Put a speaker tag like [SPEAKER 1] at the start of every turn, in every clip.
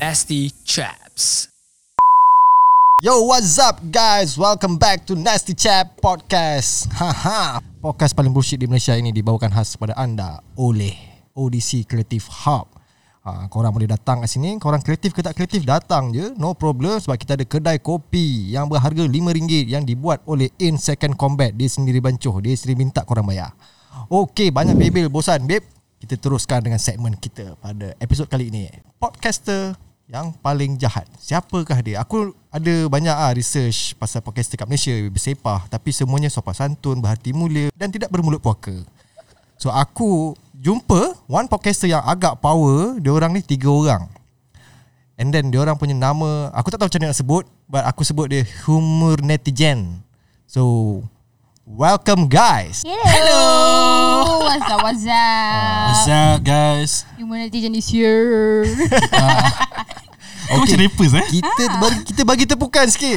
[SPEAKER 1] Nasty Chaps.
[SPEAKER 2] Yo, what's up guys? Welcome back to Nasty Chat Podcast. Haha. Podcast paling bullshit di Malaysia ini dibawakan khas kepada anda oleh ODC Creative Hub. Ha, korang boleh datang kat sini Korang kreatif ke tak kreatif Datang je No problem Sebab kita ada kedai kopi Yang berharga RM5 Yang dibuat oleh In Second Combat Dia sendiri bancuh Dia sendiri minta korang bayar Okey banyak bebel Bosan babe Kita teruskan dengan segmen kita Pada episod kali ini Podcaster yang paling jahat Siapakah dia? Aku ada banyak ah research pasal podcaster kat Malaysia Bersepah Tapi semuanya sopan santun, berhati mulia Dan tidak bermulut puaka So aku jumpa one podcaster yang agak power Dia orang ni tiga orang And then dia orang punya nama Aku tak tahu macam mana nak sebut But aku sebut dia Humor Netizen So Welcome guys
[SPEAKER 3] Hello. What's up? What's up?
[SPEAKER 4] What's up guys?
[SPEAKER 3] Human netizen is here.
[SPEAKER 4] Kau macam rappers eh? Ya.
[SPEAKER 2] Kita bagi, kita bagi tepukan sikit.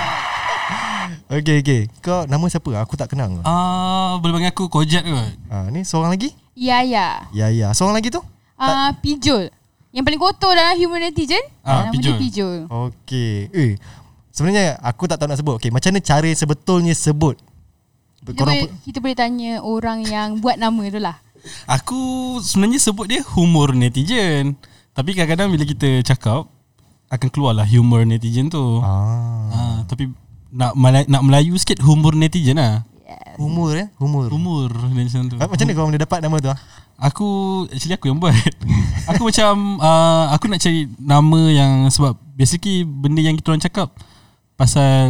[SPEAKER 2] Yeah. Okay, okay. Ah. Kau nama siapa? Aku tak kenal. Ah,
[SPEAKER 4] Ah, boleh panggil aku Kojat ke?
[SPEAKER 2] ni seorang lagi?
[SPEAKER 3] ya ya.
[SPEAKER 2] Ya, ya. Seorang lagi tu?
[SPEAKER 3] Ah pijol. Yang paling kotor dalam human netizen
[SPEAKER 4] Ah,
[SPEAKER 3] nama dia
[SPEAKER 4] pijol.
[SPEAKER 3] pijol.
[SPEAKER 2] Okay. Eh, sebenarnya aku tak tahu nak sebut. Okay, macam mana cara sebetulnya sebut?
[SPEAKER 3] Kita boleh, kita boleh tanya orang yang buat nama tu lah.
[SPEAKER 4] Aku sebenarnya sebut dia humor netizen. Tapi kadang-kadang bila kita cakap akan keluarlah humor netizen tu. Ah.
[SPEAKER 2] Ah,
[SPEAKER 4] tapi nak Malay, nak Melayu sikit humor netizen lah.
[SPEAKER 2] humor eh? Humor.
[SPEAKER 4] Humor netizen tu.
[SPEAKER 2] Ah, macam mana kau boleh dapat nama tu? ah?
[SPEAKER 4] Aku actually aku yang buat. aku macam uh, aku nak cari nama yang sebab basically benda yang kita orang cakap pasal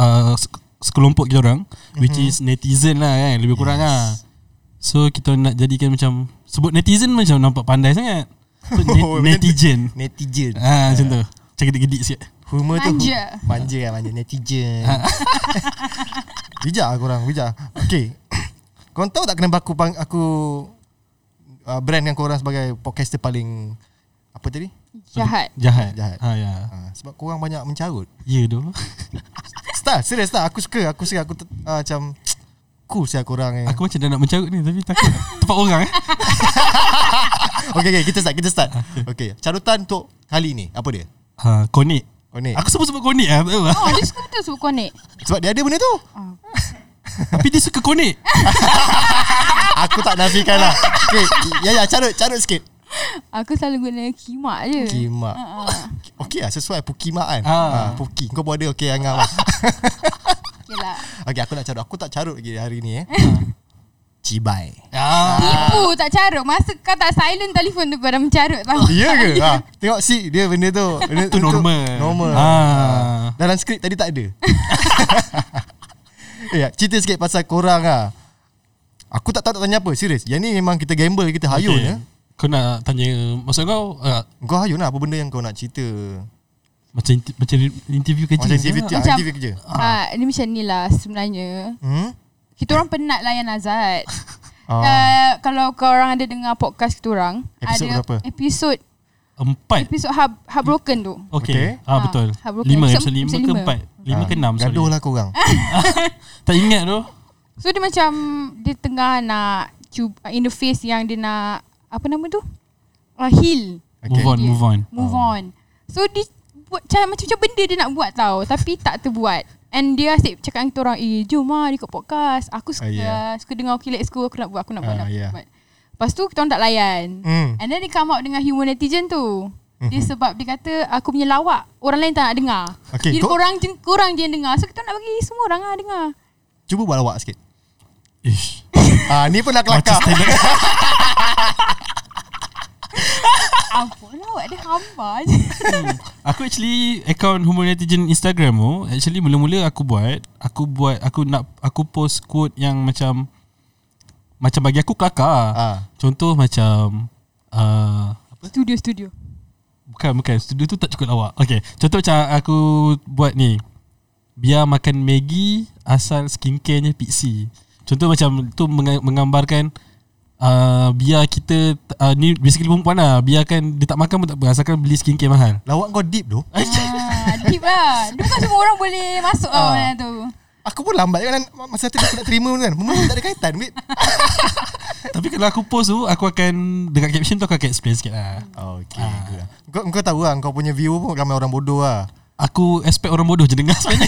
[SPEAKER 4] uh, se- sekelompok kita orang mm-hmm.
[SPEAKER 2] Mhm.
[SPEAKER 4] which is netizen lah kan lebih kurang yes. lah. So kita nak jadikan macam sebut netizen macam nampak pandai sangat. So,
[SPEAKER 2] Oh,
[SPEAKER 4] ne- netizen.
[SPEAKER 2] Netizen.
[SPEAKER 4] Ah macam tu. Macam gedik-gedik sikit.
[SPEAKER 2] Humor tu
[SPEAKER 3] Manja.
[SPEAKER 2] Manja kan manja Netizen
[SPEAKER 4] Ha.
[SPEAKER 2] Bijak lah korang Bijak Okay Kau tahu tak kenapa aku pang- Aku uh, Brandkan korang sebagai Podcaster paling Apa tadi
[SPEAKER 3] Jahat.
[SPEAKER 4] Jahat.
[SPEAKER 2] Jahat.
[SPEAKER 4] Ha ya.
[SPEAKER 2] uh, Sebab korang banyak mencarut
[SPEAKER 4] Ya doh.
[SPEAKER 2] Star serius tak Aku suka Aku suka Aku ter, uh, macam Cool siapa korang eh. ni
[SPEAKER 4] Aku macam dah nak mencarut ni tapi takut tempat orang eh.
[SPEAKER 2] okay, okay kita start Kita start Okay Carutan untuk Kali ni Apa dia
[SPEAKER 4] Ha konik.
[SPEAKER 2] Konik
[SPEAKER 4] Aku sebut-sebut konik ah. tak tahu lah.
[SPEAKER 3] Oh, dia suka betul sebut connect.
[SPEAKER 2] Sebab dia ada benda tu
[SPEAKER 4] Tapi dia suka konik. Ah!
[SPEAKER 2] Aku tak nafikan lah okay, Ya ya carut Carut sikit
[SPEAKER 3] Aku selalu guna kimak je.
[SPEAKER 2] Kimak
[SPEAKER 3] Ah, ah.
[SPEAKER 2] Okey lah sesuai Pukimak kan ha.
[SPEAKER 4] Ah.
[SPEAKER 2] Puki Kau pun ada okey Angah lah
[SPEAKER 3] Okay lah.
[SPEAKER 2] Okey aku nak carut Aku tak carut lagi hari ni eh Cibai
[SPEAKER 4] Ah.
[SPEAKER 3] Tipu tak carut. Masa kau tak silent telefon tu kau dah mencarut tau.
[SPEAKER 2] Ya ke? Ha, tengok si dia benda tu benda
[SPEAKER 4] Itu
[SPEAKER 2] untuk-
[SPEAKER 4] normal.
[SPEAKER 2] Normal
[SPEAKER 4] Ah.
[SPEAKER 2] ha. Dalam skrip tadi tak ada ya, Cerita sikit pasal korang lah Aku tak tahu nak tanya apa Serius Yang ni memang kita gamble Kita hayun okay. ya.
[SPEAKER 4] Kau nak tanya Maksud kau uh,
[SPEAKER 2] Kau hayun lah Apa benda yang kau nak cerita
[SPEAKER 4] Macam inti- macam interview kerja
[SPEAKER 2] Macam
[SPEAKER 4] je
[SPEAKER 2] interview,
[SPEAKER 4] lah.
[SPEAKER 2] ah,
[SPEAKER 3] Macam-
[SPEAKER 2] interview kerja
[SPEAKER 3] Ah, dia macam ni lah sebenarnya.
[SPEAKER 2] hmm?
[SPEAKER 3] Kita orang penat layan Azad.
[SPEAKER 2] Ah.
[SPEAKER 3] Oh. Uh, kalau kau orang ada dengar podcast kita orang,
[SPEAKER 2] Episod
[SPEAKER 3] ada
[SPEAKER 2] berapa?
[SPEAKER 3] episod
[SPEAKER 4] Empat
[SPEAKER 3] episod hub hub broken tu.
[SPEAKER 4] Okay,
[SPEAKER 2] Okey.
[SPEAKER 4] Ah,
[SPEAKER 3] Ah,
[SPEAKER 4] Betul
[SPEAKER 3] ah, bukan.
[SPEAKER 4] Lima
[SPEAKER 3] Episode-
[SPEAKER 4] Episode lima
[SPEAKER 3] episode
[SPEAKER 4] ke
[SPEAKER 3] lima.
[SPEAKER 4] empat Lima
[SPEAKER 2] Ah,
[SPEAKER 4] ke enam sorry
[SPEAKER 2] Gaduh lah korang
[SPEAKER 4] Tak ingat tu
[SPEAKER 3] So dia macam dia tengah nak cuba in the face yang dia nak apa nama tu? Uh, heal,
[SPEAKER 2] Okey.
[SPEAKER 4] Move on
[SPEAKER 3] Dia-
[SPEAKER 4] Move on
[SPEAKER 3] move
[SPEAKER 2] Oh.
[SPEAKER 3] on. So dia buat macam macam benda dia nak buat tau tapi tak terbuat. And dia asyik cakap dengan kita orang, "Eh, jom lah record podcast. Aku suka
[SPEAKER 2] Ah, yeah.
[SPEAKER 3] suka dengar Okey Let's Go. Aku nak buat, aku nak buat,
[SPEAKER 2] Ah,
[SPEAKER 3] nak
[SPEAKER 2] yeah.
[SPEAKER 3] buat." Lepas tu kita orang tak layan.
[SPEAKER 2] hmm.
[SPEAKER 3] And then dia come out dengan human netizen tu. Dia sebab dia kata aku punya lawak orang lain tak nak dengar.
[SPEAKER 2] Okay,
[SPEAKER 3] Jadi
[SPEAKER 2] kau-
[SPEAKER 3] korang je, korang je yang dengar. So kita nak bagi semua orang lah dengar.
[SPEAKER 2] Cuba buat lawak sikit
[SPEAKER 4] Ish
[SPEAKER 2] Ah, ni pun dah
[SPEAKER 4] Macam
[SPEAKER 2] kelakar
[SPEAKER 4] standard
[SPEAKER 3] Apa lawak dia hamba je.
[SPEAKER 2] Hmm.
[SPEAKER 4] Aku actually Account humor netizen Instagram tu Actually mula-mula aku buat Aku buat Aku nak Aku post quote yang macam Macam bagi aku kelakar
[SPEAKER 2] Ah.
[SPEAKER 4] Contoh macam uh,
[SPEAKER 3] studio studio.
[SPEAKER 4] Bukan bukan Studio tu tak cukup lawak Okay Contoh macam aku Buat ni Biar makan Maggi Asal skincarenya Pixie Contoh macam Tu menga- menggambarkan uh, Biar kita uh, Ni basically perempuan lah Biarkan Dia tak makan pun tak apa Asalkan beli skincare mahal
[SPEAKER 2] Lawak Lah, kau deep tu
[SPEAKER 3] Ah, deep lah. Dia bukan semua orang boleh masuk lah benda tu.
[SPEAKER 2] Aku pun lambat kan Masa tu aku nak terima pun kan Memang tak ada kaitan babe
[SPEAKER 4] Tapi kalau aku post tu Aku akan Dekat caption tu aku akan explain sikit lah
[SPEAKER 2] Okay ah. kau, kau tahu lah Kau punya view pun Ramai orang bodoh lah
[SPEAKER 4] Aku expect orang bodoh je dengar sebenarnya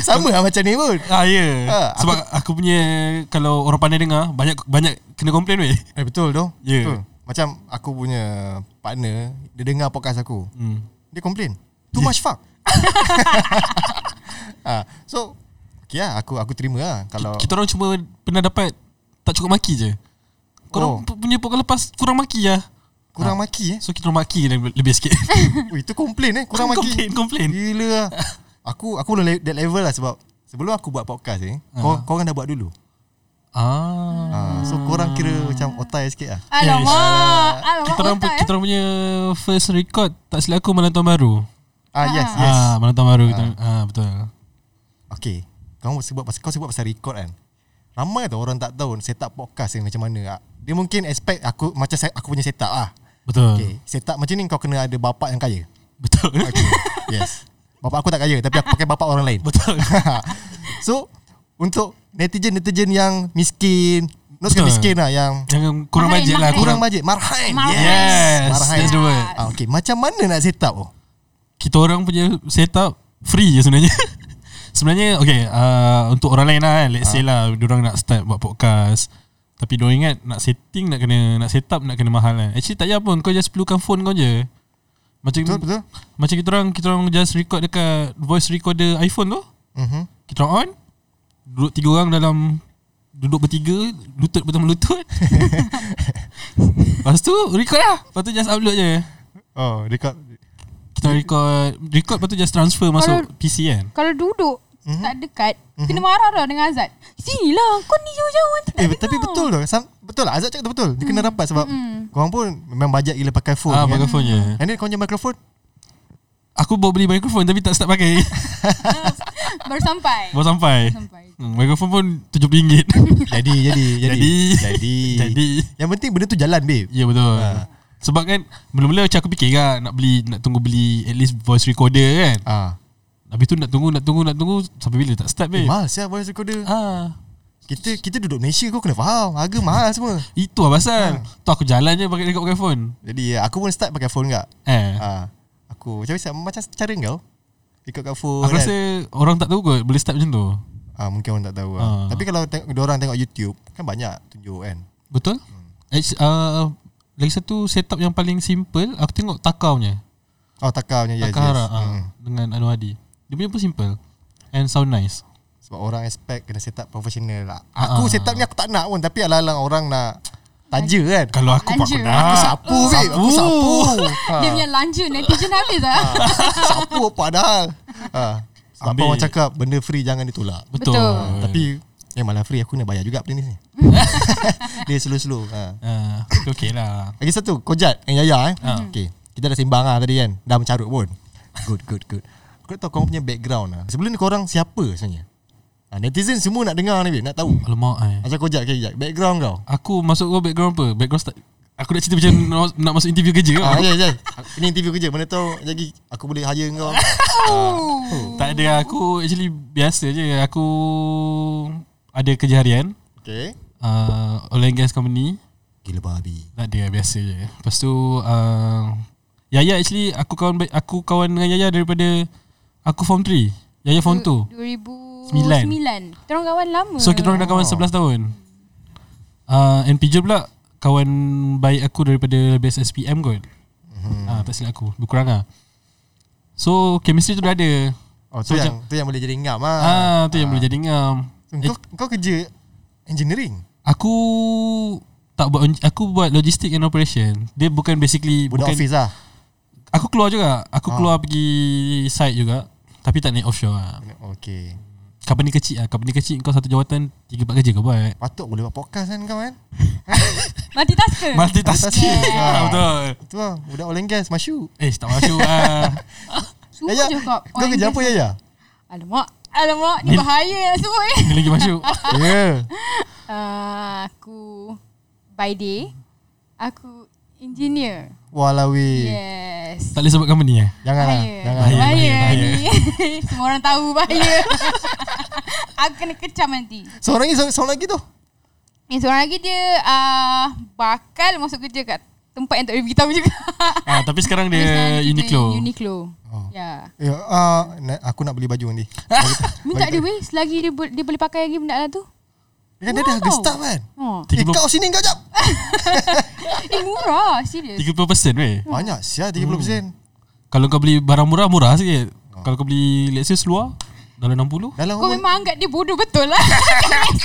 [SPEAKER 2] Sama lah macam ni pun
[SPEAKER 4] Ah ya yeah.
[SPEAKER 2] Ah, aku-
[SPEAKER 4] Sebab aku punya Kalau orang pandai dengar Banyak banyak kena komplain weh
[SPEAKER 2] Eh betul tu
[SPEAKER 4] Ya.
[SPEAKER 2] Betul Macam aku punya partner Dia dengar podcast aku
[SPEAKER 4] hmm.
[SPEAKER 2] Dia complain Too much fuck ah, So Okay lah aku, aku terima lah Kalau
[SPEAKER 4] Kita orang cuma pernah dapat Tak cukup maki je Kau
[SPEAKER 2] Oh.
[SPEAKER 4] orang pu- punya podcast lepas Kurang maki lah
[SPEAKER 2] kurang maki eh
[SPEAKER 4] So kita orang maki le- lebih sikit
[SPEAKER 2] Ui, Itu complain eh Kurang maki
[SPEAKER 4] Complain, complain.
[SPEAKER 2] Gila lah Aku aku belum le- that level lah sebab Sebelum aku buat podcast ni eh, kau, kau orang dah buat dulu
[SPEAKER 4] Ah,
[SPEAKER 2] ah, So korang kira macam otai sikit lah
[SPEAKER 3] Alamak Alamak
[SPEAKER 4] Kita orang pu-
[SPEAKER 3] otak, eh.
[SPEAKER 4] kita orang punya first record tak silap aku malam tahun baru.
[SPEAKER 2] Ah yes yes
[SPEAKER 4] Ah, malam tahun baru kita. Ah, betul.
[SPEAKER 2] Okay Kau sebut pasal, kau sebut pasal record kan Ramai tau orang tak tahu Set up podcast ni macam mana ah. Dia mungkin expect aku Macam se- aku punya set up lah
[SPEAKER 4] Betul.
[SPEAKER 2] Okay Set up macam ni kau kena ada bapak yang kaya
[SPEAKER 4] Betul.
[SPEAKER 2] Okay Yes Bapak aku tak kaya Tapi aku pakai bapak orang lain
[SPEAKER 4] betul.
[SPEAKER 2] So Untuk netizen-netizen yang miskin Not sekali
[SPEAKER 4] Betul.
[SPEAKER 2] miskin lah Yang
[SPEAKER 4] Jangan kurang
[SPEAKER 3] Mahal,
[SPEAKER 4] bajet lah
[SPEAKER 3] mahal.
[SPEAKER 2] kurang
[SPEAKER 4] kurang.
[SPEAKER 2] bajet Marhain
[SPEAKER 3] Marhain.
[SPEAKER 4] Yes,
[SPEAKER 2] Marhain.
[SPEAKER 4] that's the word.
[SPEAKER 2] ah, Okay Macam mana nak set up oh?
[SPEAKER 4] Kita orang punya setup free je sebenarnya. sebenarnya okay, uh, untuk orang lain lah kan, let's
[SPEAKER 2] Ah.
[SPEAKER 4] say lah diorang nak start buat podcast. Tapi diorang ingat nak setting nak kena nak setup nak kena mahal kan. Actually tak payah pun kau just perlukan phone kau je. Macam
[SPEAKER 2] Betul betul
[SPEAKER 4] Macam kita orang kita orang just record dekat voice recorder iPhone tu.
[SPEAKER 2] mm-hmm.
[SPEAKER 4] Kita orang on. Duduk tiga orang dalam duduk bertiga, lutut bertemu lutut. Lepas tu record lah. Lepas tu just upload je.
[SPEAKER 2] Oh dekat
[SPEAKER 4] Kita orang record record lepas tu just transfer masuk
[SPEAKER 3] Kalau-
[SPEAKER 4] PC kan.
[SPEAKER 3] Kalau duduk
[SPEAKER 2] Mhm.
[SPEAKER 3] Tak dekat Kena marah tau dengan Azad Sinilah Kau ni jauh-jauh nanti tak
[SPEAKER 2] Eh, tapi
[SPEAKER 3] dengar."
[SPEAKER 2] betul lah Sam, Betul lah Azad cakap tu betul Dia kena rapat sebab mm. Korang pun memang bajet gila pakai phone
[SPEAKER 4] Ah,
[SPEAKER 2] kan?
[SPEAKER 4] pakai phone je.
[SPEAKER 2] And then korang punya microphone
[SPEAKER 4] Aku baru beli mikrofon tapi tak start pakai.
[SPEAKER 3] Baru sampai
[SPEAKER 4] baru sampai.
[SPEAKER 3] Sampai
[SPEAKER 4] Hmm, mikrofon pun RM70.
[SPEAKER 2] Jadi jadi
[SPEAKER 4] Jadi.
[SPEAKER 2] Jadi
[SPEAKER 4] Jadi
[SPEAKER 2] Yang penting benda tu jalan babe
[SPEAKER 4] Ya betul
[SPEAKER 2] Ha.
[SPEAKER 4] Sebab kan Mula-mula macam aku fikir kan Nak beli Nak tunggu beli At least voice recorder kan
[SPEAKER 2] Ah,
[SPEAKER 4] Habis tu nak tunggu Nak tunggu Nak tunggu Sampai bila tak start
[SPEAKER 2] eh,
[SPEAKER 4] babe
[SPEAKER 2] Mahal siap voice recorder
[SPEAKER 4] Ah,
[SPEAKER 2] Kita kita duduk Malaysia kau kena faham Harga mahal semua
[SPEAKER 4] Itu lah pasal
[SPEAKER 2] Ha.
[SPEAKER 4] Tu aku jalan je pakai dekat pakai phone
[SPEAKER 2] Jadi ya, aku pun start pakai phone kak
[SPEAKER 4] Eh
[SPEAKER 2] ah, Aku macam macam, macam cara kau Ikut kat phone
[SPEAKER 4] Aku rasa Orang tak tahu kot Boleh start macam tu
[SPEAKER 2] ah, Mungkin orang tak tahu
[SPEAKER 4] Ah.
[SPEAKER 2] ah. Tapi kalau tengok, orang tengok YouTube Kan banyak tunjuk kan
[SPEAKER 4] Betul It's, uh, Lagi satu setup yang paling simple Aku tengok Taka punya
[SPEAKER 2] Oh Taka punya yes,
[SPEAKER 4] Taka Hara
[SPEAKER 2] yes.
[SPEAKER 4] ah,
[SPEAKER 2] Mm.
[SPEAKER 4] Dengan Anu Hadi Dia punya pun simple And sound nice
[SPEAKER 2] Sebab orang expect Kena set up professional lah
[SPEAKER 4] Ah,
[SPEAKER 2] Aku
[SPEAKER 4] ah.
[SPEAKER 2] set up ni aku tak nak pun Tapi alang-alang orang nak Taja kan
[SPEAKER 4] Kalau aku pun
[SPEAKER 3] Lanjut.
[SPEAKER 4] aku nak
[SPEAKER 2] Aku sapu babe Aku sapu ha.
[SPEAKER 3] Dia punya lanja Netizen habis lah
[SPEAKER 4] Ha,
[SPEAKER 2] Sapu padahal ha. Sebab apa
[SPEAKER 4] Ambil.
[SPEAKER 2] orang cakap Benda free jangan ditolak
[SPEAKER 4] Betul,
[SPEAKER 3] Betul.
[SPEAKER 2] ha. Tapi Eh malah free aku nak bayar juga benda ni Dia slow-slow ha.
[SPEAKER 4] Ah, okay, okay lah
[SPEAKER 2] Lagi satu Kojat dengan Yaya eh.
[SPEAKER 4] Ah.
[SPEAKER 2] Okay. Kita dah sembang lah tadi kan Dah mencarut pun Good good good Aku nak tahu korang punya background lah Sebelum ni korang siapa sebenarnya ha, Netizen semua nak dengar ni babe Nak tahu
[SPEAKER 4] Alamak eh.
[SPEAKER 2] Macam Kojat okay, Kojat Background kau
[SPEAKER 4] Aku masuk kau background apa? Background start Aku nak cerita macam nak- nak masuk interview kerja
[SPEAKER 2] Ah,
[SPEAKER 4] ke?
[SPEAKER 2] ya, ya. Ini interview kerja. Mana tahu jadi aku boleh hire kau.
[SPEAKER 4] Tak ada aku actually biasa je Aku ada kerja harian
[SPEAKER 2] Okay.
[SPEAKER 4] uh, Oil and gas company
[SPEAKER 2] Gila babi.
[SPEAKER 4] Tak ada biasa je Lepas tu uh, Yaya actually aku kawan ba- aku kawan dengan Yaya daripada Aku form 3 Yaya form 2 Sembilan.
[SPEAKER 3] 2009 Kita orang kawan lama
[SPEAKER 4] So kita orang dah kawan 11 tahun uh, And PJ pula Kawan baik aku daripada BSSPM kot
[SPEAKER 2] Mhm.
[SPEAKER 4] hmm. uh, Tak silap aku Berkurang lah So chemistry tu dah ada
[SPEAKER 2] Oh, tu
[SPEAKER 4] So,
[SPEAKER 2] yang tu yang boleh jadi ngam ah.
[SPEAKER 4] Ah, tu yang boleh jadi ngam. Eh,
[SPEAKER 2] So, kau kau kerja engineering.
[SPEAKER 4] Aku tak buat aku buat logistik and operation. Dia bukan basically
[SPEAKER 2] Budak
[SPEAKER 4] bukan
[SPEAKER 2] office lah.
[SPEAKER 4] aku keluar juga.
[SPEAKER 2] Ah.
[SPEAKER 4] Aku keluar pergi site juga. Tapi tak naik offshore lah.
[SPEAKER 2] Okay.
[SPEAKER 4] Company kecil lah. Company kecil kau satu jawatan tiga empat kerja kau buat.
[SPEAKER 2] Patut boleh buat podcast kan kau kan?
[SPEAKER 3] Multitasker
[SPEAKER 4] Multitasking.
[SPEAKER 2] Multitasking.
[SPEAKER 4] ah, betul.
[SPEAKER 2] Tu lah, budak oil and gas masuk.
[SPEAKER 4] Eh, tak masuk lah.
[SPEAKER 3] Semua
[SPEAKER 4] Ya,
[SPEAKER 3] je kau
[SPEAKER 2] Kau kerja apa Yaya?
[SPEAKER 3] Alamak Alamak Ni bahaya lah semua eh
[SPEAKER 4] Ni lagi masuk.
[SPEAKER 2] Ya. Yeah.
[SPEAKER 3] Ah, Aku By day Aku Engineer
[SPEAKER 2] Walawi.
[SPEAKER 3] Yes
[SPEAKER 4] Eh. Tak boleh sebut company eh
[SPEAKER 2] Janganlah Jangan
[SPEAKER 3] bahaya,
[SPEAKER 4] Bahaya,
[SPEAKER 3] bahaya,
[SPEAKER 4] bahaya,
[SPEAKER 3] ni. Semua orang tahu bahaya. Aku kena kecam nanti.
[SPEAKER 2] Seorang lagi Seorang lagi tu
[SPEAKER 3] Ni seorang lagi dia uh, bakal masuk kerja kat tempat yang tak boleh beritahu juga.
[SPEAKER 4] ah, Tapi sekarang
[SPEAKER 3] Tapi
[SPEAKER 4] dia
[SPEAKER 3] sekarang kita
[SPEAKER 4] Uniqlo
[SPEAKER 3] Uniqlo.
[SPEAKER 2] Oh.
[SPEAKER 3] Oh. Ya.
[SPEAKER 2] Eh, ah, na- aku nak beli baju nanti.
[SPEAKER 3] Minta
[SPEAKER 2] Bagi
[SPEAKER 3] dia weh selagi dia, bo- dia boleh pakai lagi benda lah tu.
[SPEAKER 2] Dia kan dia dah
[SPEAKER 3] Wow.
[SPEAKER 2] harga staff kan.
[SPEAKER 3] Oh.
[SPEAKER 2] Eh,
[SPEAKER 4] 30%,
[SPEAKER 2] kau sini kau jap.
[SPEAKER 3] Eh murah, serius.
[SPEAKER 4] 30% weh
[SPEAKER 2] Banyak sia 30%.
[SPEAKER 4] Kalau kau beli barang murah Murah sikit Kalau kau beli Let's say seluar Dalam 60
[SPEAKER 2] Dalam
[SPEAKER 3] Kau
[SPEAKER 2] rumah-
[SPEAKER 3] memang anggap dia bodoh betul lah.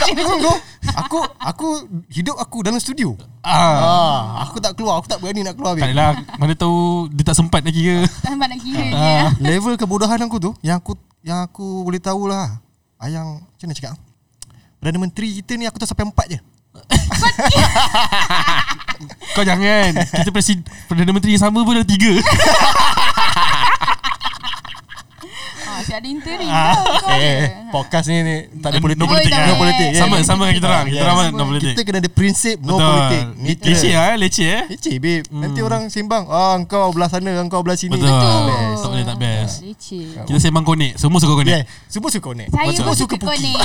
[SPEAKER 2] Aku, aku aku hidup aku dalam studio.
[SPEAKER 4] ah,
[SPEAKER 2] Ah, aku tak keluar, aku tak berani nak keluar
[SPEAKER 4] Tak
[SPEAKER 2] babe.
[SPEAKER 4] adalah Mana tahu Dia tak sempat lagi ke
[SPEAKER 3] tak sempat nak kira dia.
[SPEAKER 2] Level kebodohan aku tu yang aku yang aku boleh tahulah. Ayang macam mana cakap? ah? Perdana Menteri kita ni aku tahu sampai empat je.
[SPEAKER 4] Kau jangan Kita presiden Perdana Menteri yang sama pun ada tiga
[SPEAKER 3] Ha, si ada interim
[SPEAKER 2] Ah, eh.
[SPEAKER 3] kau. kau ada.
[SPEAKER 2] podcast ni, ni tak
[SPEAKER 4] No politik
[SPEAKER 3] Oh, tak
[SPEAKER 4] eh.
[SPEAKER 2] No politik
[SPEAKER 3] boleh.
[SPEAKER 2] yeah.
[SPEAKER 4] Sama sama dengan kita orang Kita
[SPEAKER 2] Yes.
[SPEAKER 4] orang pun no politik
[SPEAKER 2] Kita kena ada prinsip no
[SPEAKER 4] Betul.
[SPEAKER 2] politik.
[SPEAKER 4] Leceh Leceh lah Leceh eh
[SPEAKER 2] Leceh babe Nanti orang sembang Ah kau belah sana Kau belah sini
[SPEAKER 4] Betul
[SPEAKER 3] Betul.
[SPEAKER 4] Tak boleh tak best
[SPEAKER 3] Leceh.
[SPEAKER 4] Kita sembang konek Semua suka konek
[SPEAKER 2] Yeah Semua suka connect
[SPEAKER 3] Saya
[SPEAKER 2] Semua
[SPEAKER 3] pun
[SPEAKER 2] suka
[SPEAKER 3] suka
[SPEAKER 2] puki
[SPEAKER 3] konek.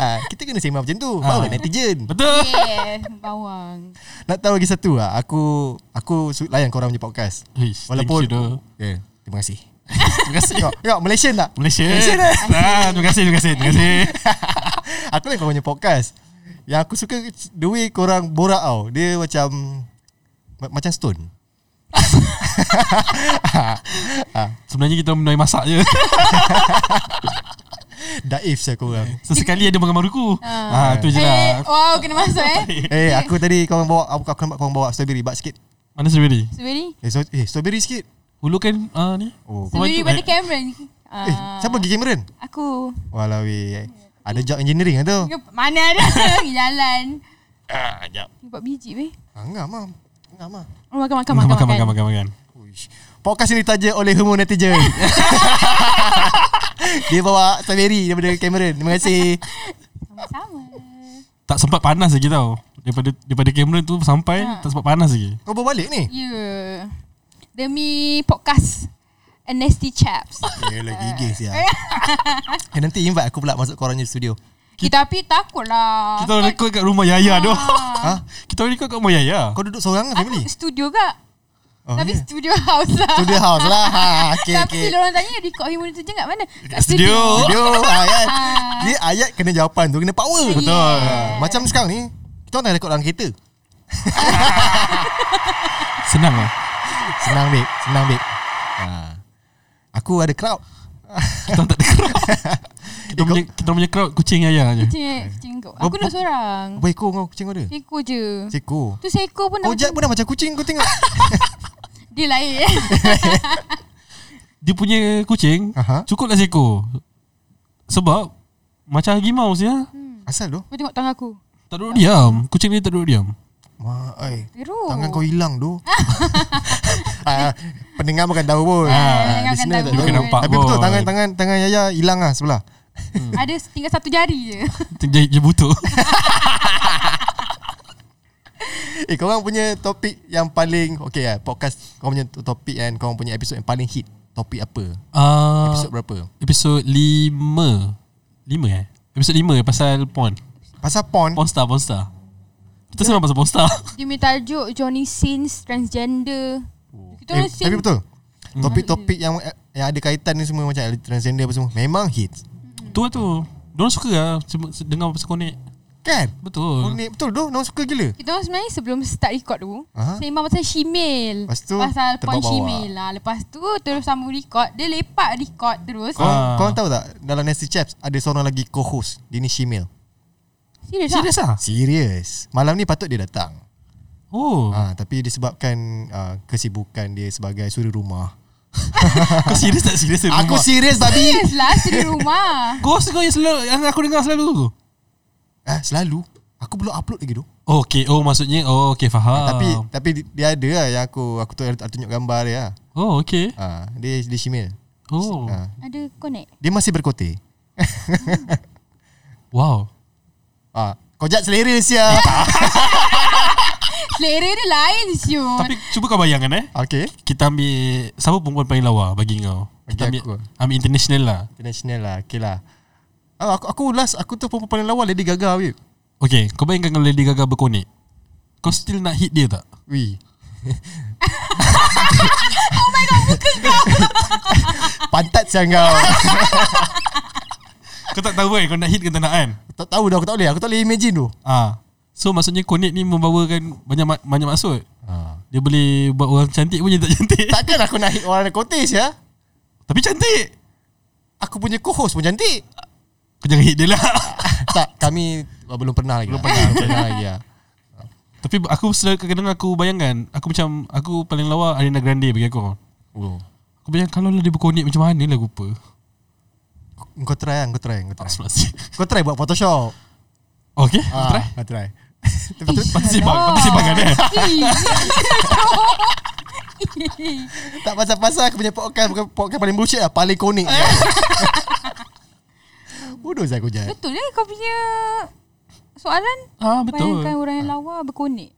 [SPEAKER 2] ah, Kita kena sembang macam tu Bawa
[SPEAKER 4] Ah.
[SPEAKER 2] netizen
[SPEAKER 4] Betul
[SPEAKER 3] Yeah, bawang.
[SPEAKER 2] Nak tahu lagi satu lah Aku Aku su- layan korang punya podcast
[SPEAKER 4] Wish, thank
[SPEAKER 2] Walaupun
[SPEAKER 4] you, doh.
[SPEAKER 2] yeah, Terima kasih
[SPEAKER 4] Terima kasih
[SPEAKER 2] Tengok, tengok Malaysian tak?
[SPEAKER 4] Malaysia
[SPEAKER 2] Malaysian eh?
[SPEAKER 4] ah, Terima kasih Terima kasih Terima kasih
[SPEAKER 2] Aku layan korang punya podcast Yang aku suka The way korang borak tau Dia macam ma- Macam stone
[SPEAKER 4] Sebenarnya kita mengenai masak je
[SPEAKER 2] Daif saya korang
[SPEAKER 4] Sesekali ada makan maruku ah. Itu je
[SPEAKER 3] Eh,
[SPEAKER 4] lah
[SPEAKER 3] wow, kena masuk eh.
[SPEAKER 2] Eh aku tadi korang bawa Aku, aku nampak korang bawa strawberry Bak sikit
[SPEAKER 4] Mana strawberry?
[SPEAKER 3] Sebenarnya
[SPEAKER 2] Eh, so, eh strawberry sikit
[SPEAKER 4] Hulu kan ah, ni
[SPEAKER 2] Oh
[SPEAKER 3] Sebenarnya
[SPEAKER 4] Bantu,
[SPEAKER 3] pada
[SPEAKER 4] eh.
[SPEAKER 3] Cameron.
[SPEAKER 2] Eh,
[SPEAKER 3] Ah.
[SPEAKER 2] siapa pergi Cameron?
[SPEAKER 3] Aku.
[SPEAKER 2] Walau eh. Ada job engineering kan tu?
[SPEAKER 3] Mana ada pergi jalan.
[SPEAKER 4] Ah, jap.
[SPEAKER 3] Buat biji weh.
[SPEAKER 2] Angam Ah, mam. Angam mam.
[SPEAKER 3] Oh, makan makan
[SPEAKER 4] Makan
[SPEAKER 3] makan.
[SPEAKER 4] makan makan makan, makan.
[SPEAKER 2] Uish. Podcast ini ditaja oleh Homo Netizen. dia bawa strawberry daripada Cameron. Terima kasih.
[SPEAKER 3] Sama-sama.
[SPEAKER 4] Tak sempat panas lagi tau Daripada daripada kamera tu sampai Tak sempat panas lagi
[SPEAKER 2] Kau bawa balik ni?
[SPEAKER 3] Ya. Yeah. Demi podcast A Nasty Chaps.
[SPEAKER 2] Eh, lagi gigis ya. Eh, nanti invite aku pula masuk korang punya studio.
[SPEAKER 3] Kita tapi takutlah.
[SPEAKER 4] Kita orang record kat rumah Yaya tu
[SPEAKER 2] Ha?
[SPEAKER 4] Kita orang record kat rumah Yaya
[SPEAKER 2] Kau duduk seorang ke family?
[SPEAKER 3] studio ke?
[SPEAKER 2] Oh,
[SPEAKER 3] tapi
[SPEAKER 2] ya.
[SPEAKER 3] studio house lah.
[SPEAKER 2] Studio house lah. Ha, okay,
[SPEAKER 3] tapi
[SPEAKER 2] okay.
[SPEAKER 3] bila orang tanya record human tu je kat mana? Kat
[SPEAKER 4] studio.
[SPEAKER 2] Studio ayat. Ha, ya. Dia ayat kena jawapan tu kena power.
[SPEAKER 4] Betul
[SPEAKER 2] Ha, macam sekarang ni kita orang tengah rekod dalam kereta.
[SPEAKER 4] Senang lah
[SPEAKER 2] Senang babe Senang babe ha. Aku ada crowd
[SPEAKER 4] Kita tak ada crowd
[SPEAKER 2] Eh,
[SPEAKER 4] kita, punya, kita orang punya crowd Kucing Yaya je
[SPEAKER 3] Cik, cik kau. Aku
[SPEAKER 2] Apa-
[SPEAKER 3] duduk seorang.
[SPEAKER 2] Apa ekor kau kucing kau ada?
[SPEAKER 3] Seko je.
[SPEAKER 2] Seko
[SPEAKER 3] Tu seko pun dah
[SPEAKER 2] Kau jat
[SPEAKER 3] Hmm. macam
[SPEAKER 2] pun dah macam kucing kau tengok
[SPEAKER 3] dia lain.
[SPEAKER 4] Dia punya kucing
[SPEAKER 2] Aha.
[SPEAKER 4] Cukup lah seekor Sebab Macam harimau sia
[SPEAKER 2] Asal tu
[SPEAKER 3] Kau tengok tangan aku.
[SPEAKER 4] ya. Tak duduk diam Kucing ni tak duduk diam
[SPEAKER 2] Ma, ai.
[SPEAKER 3] Teruk.
[SPEAKER 2] Tangan kau hilang tu ha, Pendengar bukan tahu pun
[SPEAKER 3] Ah,
[SPEAKER 2] ha, listener tak
[SPEAKER 3] pendengar bukan tahu.
[SPEAKER 2] tahu.
[SPEAKER 3] Bukan nampak
[SPEAKER 2] Tapi betul
[SPEAKER 4] pun.
[SPEAKER 2] tangan tangan tangan Yaya hilang lah sebelah
[SPEAKER 3] Ada tinggal satu jari je.
[SPEAKER 4] Dia, dia butuh
[SPEAKER 2] Eh korang punya topik yang paling Okay lah podcast Korang punya to- topik and korang punya episod yang paling hit Topik apa?
[SPEAKER 4] uh,
[SPEAKER 2] Episod berapa?
[SPEAKER 4] Episod 5 5 eh Episod 5 pasal porn
[SPEAKER 2] Pasal porn
[SPEAKER 4] Porn star Porn sstar
[SPEAKER 2] Ya.
[SPEAKER 4] Kita sembang pasal porn star
[SPEAKER 3] Dia punya tajuk Johnny Sins Transgender Kita
[SPEAKER 2] eh,
[SPEAKER 3] orang Sins
[SPEAKER 2] Tapi betul Topik-topik yang yang ada kaitan ni semua Macam transgender apa semua Memang hits
[SPEAKER 4] Tu lah tu Diorang suka lah cuma se- Dengar pasal konek
[SPEAKER 2] Kan?
[SPEAKER 4] Betul
[SPEAKER 2] Unik betul tu Orang suka gila
[SPEAKER 3] Kita orang sebenarnya sebelum start record tu
[SPEAKER 2] Aha.
[SPEAKER 3] Sembang pasal shemale
[SPEAKER 2] Lepas tu,
[SPEAKER 3] Pasal point
[SPEAKER 2] terbawa-bawa.
[SPEAKER 3] shemale lah Lepas tu terus sambung record Dia lepak record terus
[SPEAKER 2] Kau
[SPEAKER 3] oh.
[SPEAKER 4] Ah.
[SPEAKER 2] kau tahu tak Dalam Nasty Chaps Ada seorang lagi co-host Dia ni female
[SPEAKER 3] Serius tak?
[SPEAKER 4] Serius lah
[SPEAKER 2] Serius Malam ni patut dia datang
[SPEAKER 4] Oh
[SPEAKER 2] ha, Tapi disebabkan uh, Kesibukan dia sebagai suri rumah
[SPEAKER 4] Kau serius tak serius dengan
[SPEAKER 2] Aku
[SPEAKER 4] rumah?
[SPEAKER 2] serius babi
[SPEAKER 3] Serius lah Seri rumah
[SPEAKER 4] Ghost kau yang selalu Yang aku dengar selalu tu
[SPEAKER 2] ah, Selalu Aku belum upload lagi tu
[SPEAKER 4] Oh, Okay Oh maksudnya Oh okay faham
[SPEAKER 2] Eh, Tapi tapi dia ada lah Yang aku Aku tu- aku tunjuk gambar dia lah
[SPEAKER 4] Oh okay
[SPEAKER 2] ha, Dia, dia female
[SPEAKER 4] Oh
[SPEAKER 2] ha.
[SPEAKER 3] Ada connect
[SPEAKER 2] Dia masih berkote
[SPEAKER 4] Wow
[SPEAKER 2] Ah, ha. Kau jat selera sia
[SPEAKER 3] Selera dia lain siu
[SPEAKER 4] Tapi cuba kau bayangkan eh
[SPEAKER 2] Okay
[SPEAKER 4] Kita ambil Siapa perempuan paling lawa bagi kau Kita
[SPEAKER 2] Bagi aku.
[SPEAKER 4] ambil, ambil international lah
[SPEAKER 2] International lah Okay lah Ah, aku, aku ulas Aku tu perempuan paling lawa Lady Gaga weh
[SPEAKER 4] Okay Kau bayangkan kalau Lady Gaga berkonik Kau still nak hit dia tak?
[SPEAKER 2] Weh Oh my god Muka kau Pantat siang kau
[SPEAKER 4] Kau tak tahu kan Kau nak hit ke tak nak kan?
[SPEAKER 2] Tak tahu dah Aku tak boleh Aku tak boleh imagine tu
[SPEAKER 4] Ah. So maksudnya konik ni membawakan banyak ma- banyak maksud.
[SPEAKER 2] ha.
[SPEAKER 4] Dia boleh buat orang cantik pun jadi tak cantik.
[SPEAKER 2] Takkan aku nak hit orang kotis ya
[SPEAKER 4] Tapi cantik.
[SPEAKER 2] Aku punya co-host pun cantik
[SPEAKER 4] Kau jangan hit dia lah.
[SPEAKER 2] Tak kami Belum pernah lagi Belum pernah, belum pernah lagi ya.
[SPEAKER 4] Tapi aku selalu kadang-kadang aku bayangkan Aku macam Aku paling lawa Ariana Grande bagi aku
[SPEAKER 2] Oh.
[SPEAKER 4] Aku bayangkan kalau lah dia berkonik macam mana lah rupa
[SPEAKER 2] Kau try kan Kau try Kau try
[SPEAKER 4] Okay
[SPEAKER 2] Kau try buat Photoshop Ah,
[SPEAKER 4] Kau try
[SPEAKER 2] Kau try
[SPEAKER 3] ya
[SPEAKER 4] Patut patut sibang Patut sibangan eh
[SPEAKER 2] Tak pasal-pasal aku punya podcast Bukan podcast paling bullshit lah Paling konik Bodoh saya aku je
[SPEAKER 3] Betul eh kau punya Soalan
[SPEAKER 4] Ah betul
[SPEAKER 3] Bayangkan orang yang lawa berkonek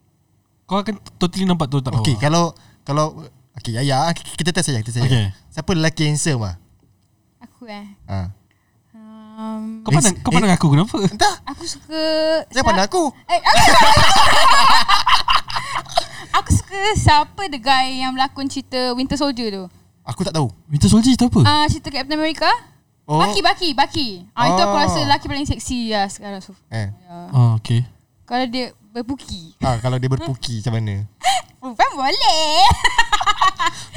[SPEAKER 4] Kau akan totally nampak tu tak
[SPEAKER 2] Okay
[SPEAKER 4] lawa
[SPEAKER 2] kalau Kalau Okay ya ya Kita test saja Kita saja
[SPEAKER 4] Okay.
[SPEAKER 2] Siapa lelaki handsome lah
[SPEAKER 3] Aku eh
[SPEAKER 2] ha.
[SPEAKER 3] um,
[SPEAKER 4] Kau pandang
[SPEAKER 2] Eh,
[SPEAKER 4] Kau pandang aku kenapa
[SPEAKER 2] Entah
[SPEAKER 3] Aku suka
[SPEAKER 2] Jangan pandang aku
[SPEAKER 3] Eh, aku, aku suka siapa the guy yang berlakon cerita Winter Soldier tu.
[SPEAKER 2] Aku tak tahu
[SPEAKER 4] Winter Soldier itu apa
[SPEAKER 3] Ah uh, cerita Captain America.
[SPEAKER 2] Oh.
[SPEAKER 3] Oh. Baki Baki Baki. Ah uh, itu aku
[SPEAKER 2] Oh.
[SPEAKER 3] rasa lelaki paling seksi lah sekarang so. Ah.
[SPEAKER 2] eh.
[SPEAKER 4] Oh okay
[SPEAKER 3] Kalau dia berpuki.
[SPEAKER 2] ha, Kalau dia berpuki macam mana
[SPEAKER 3] Perempuan boleh.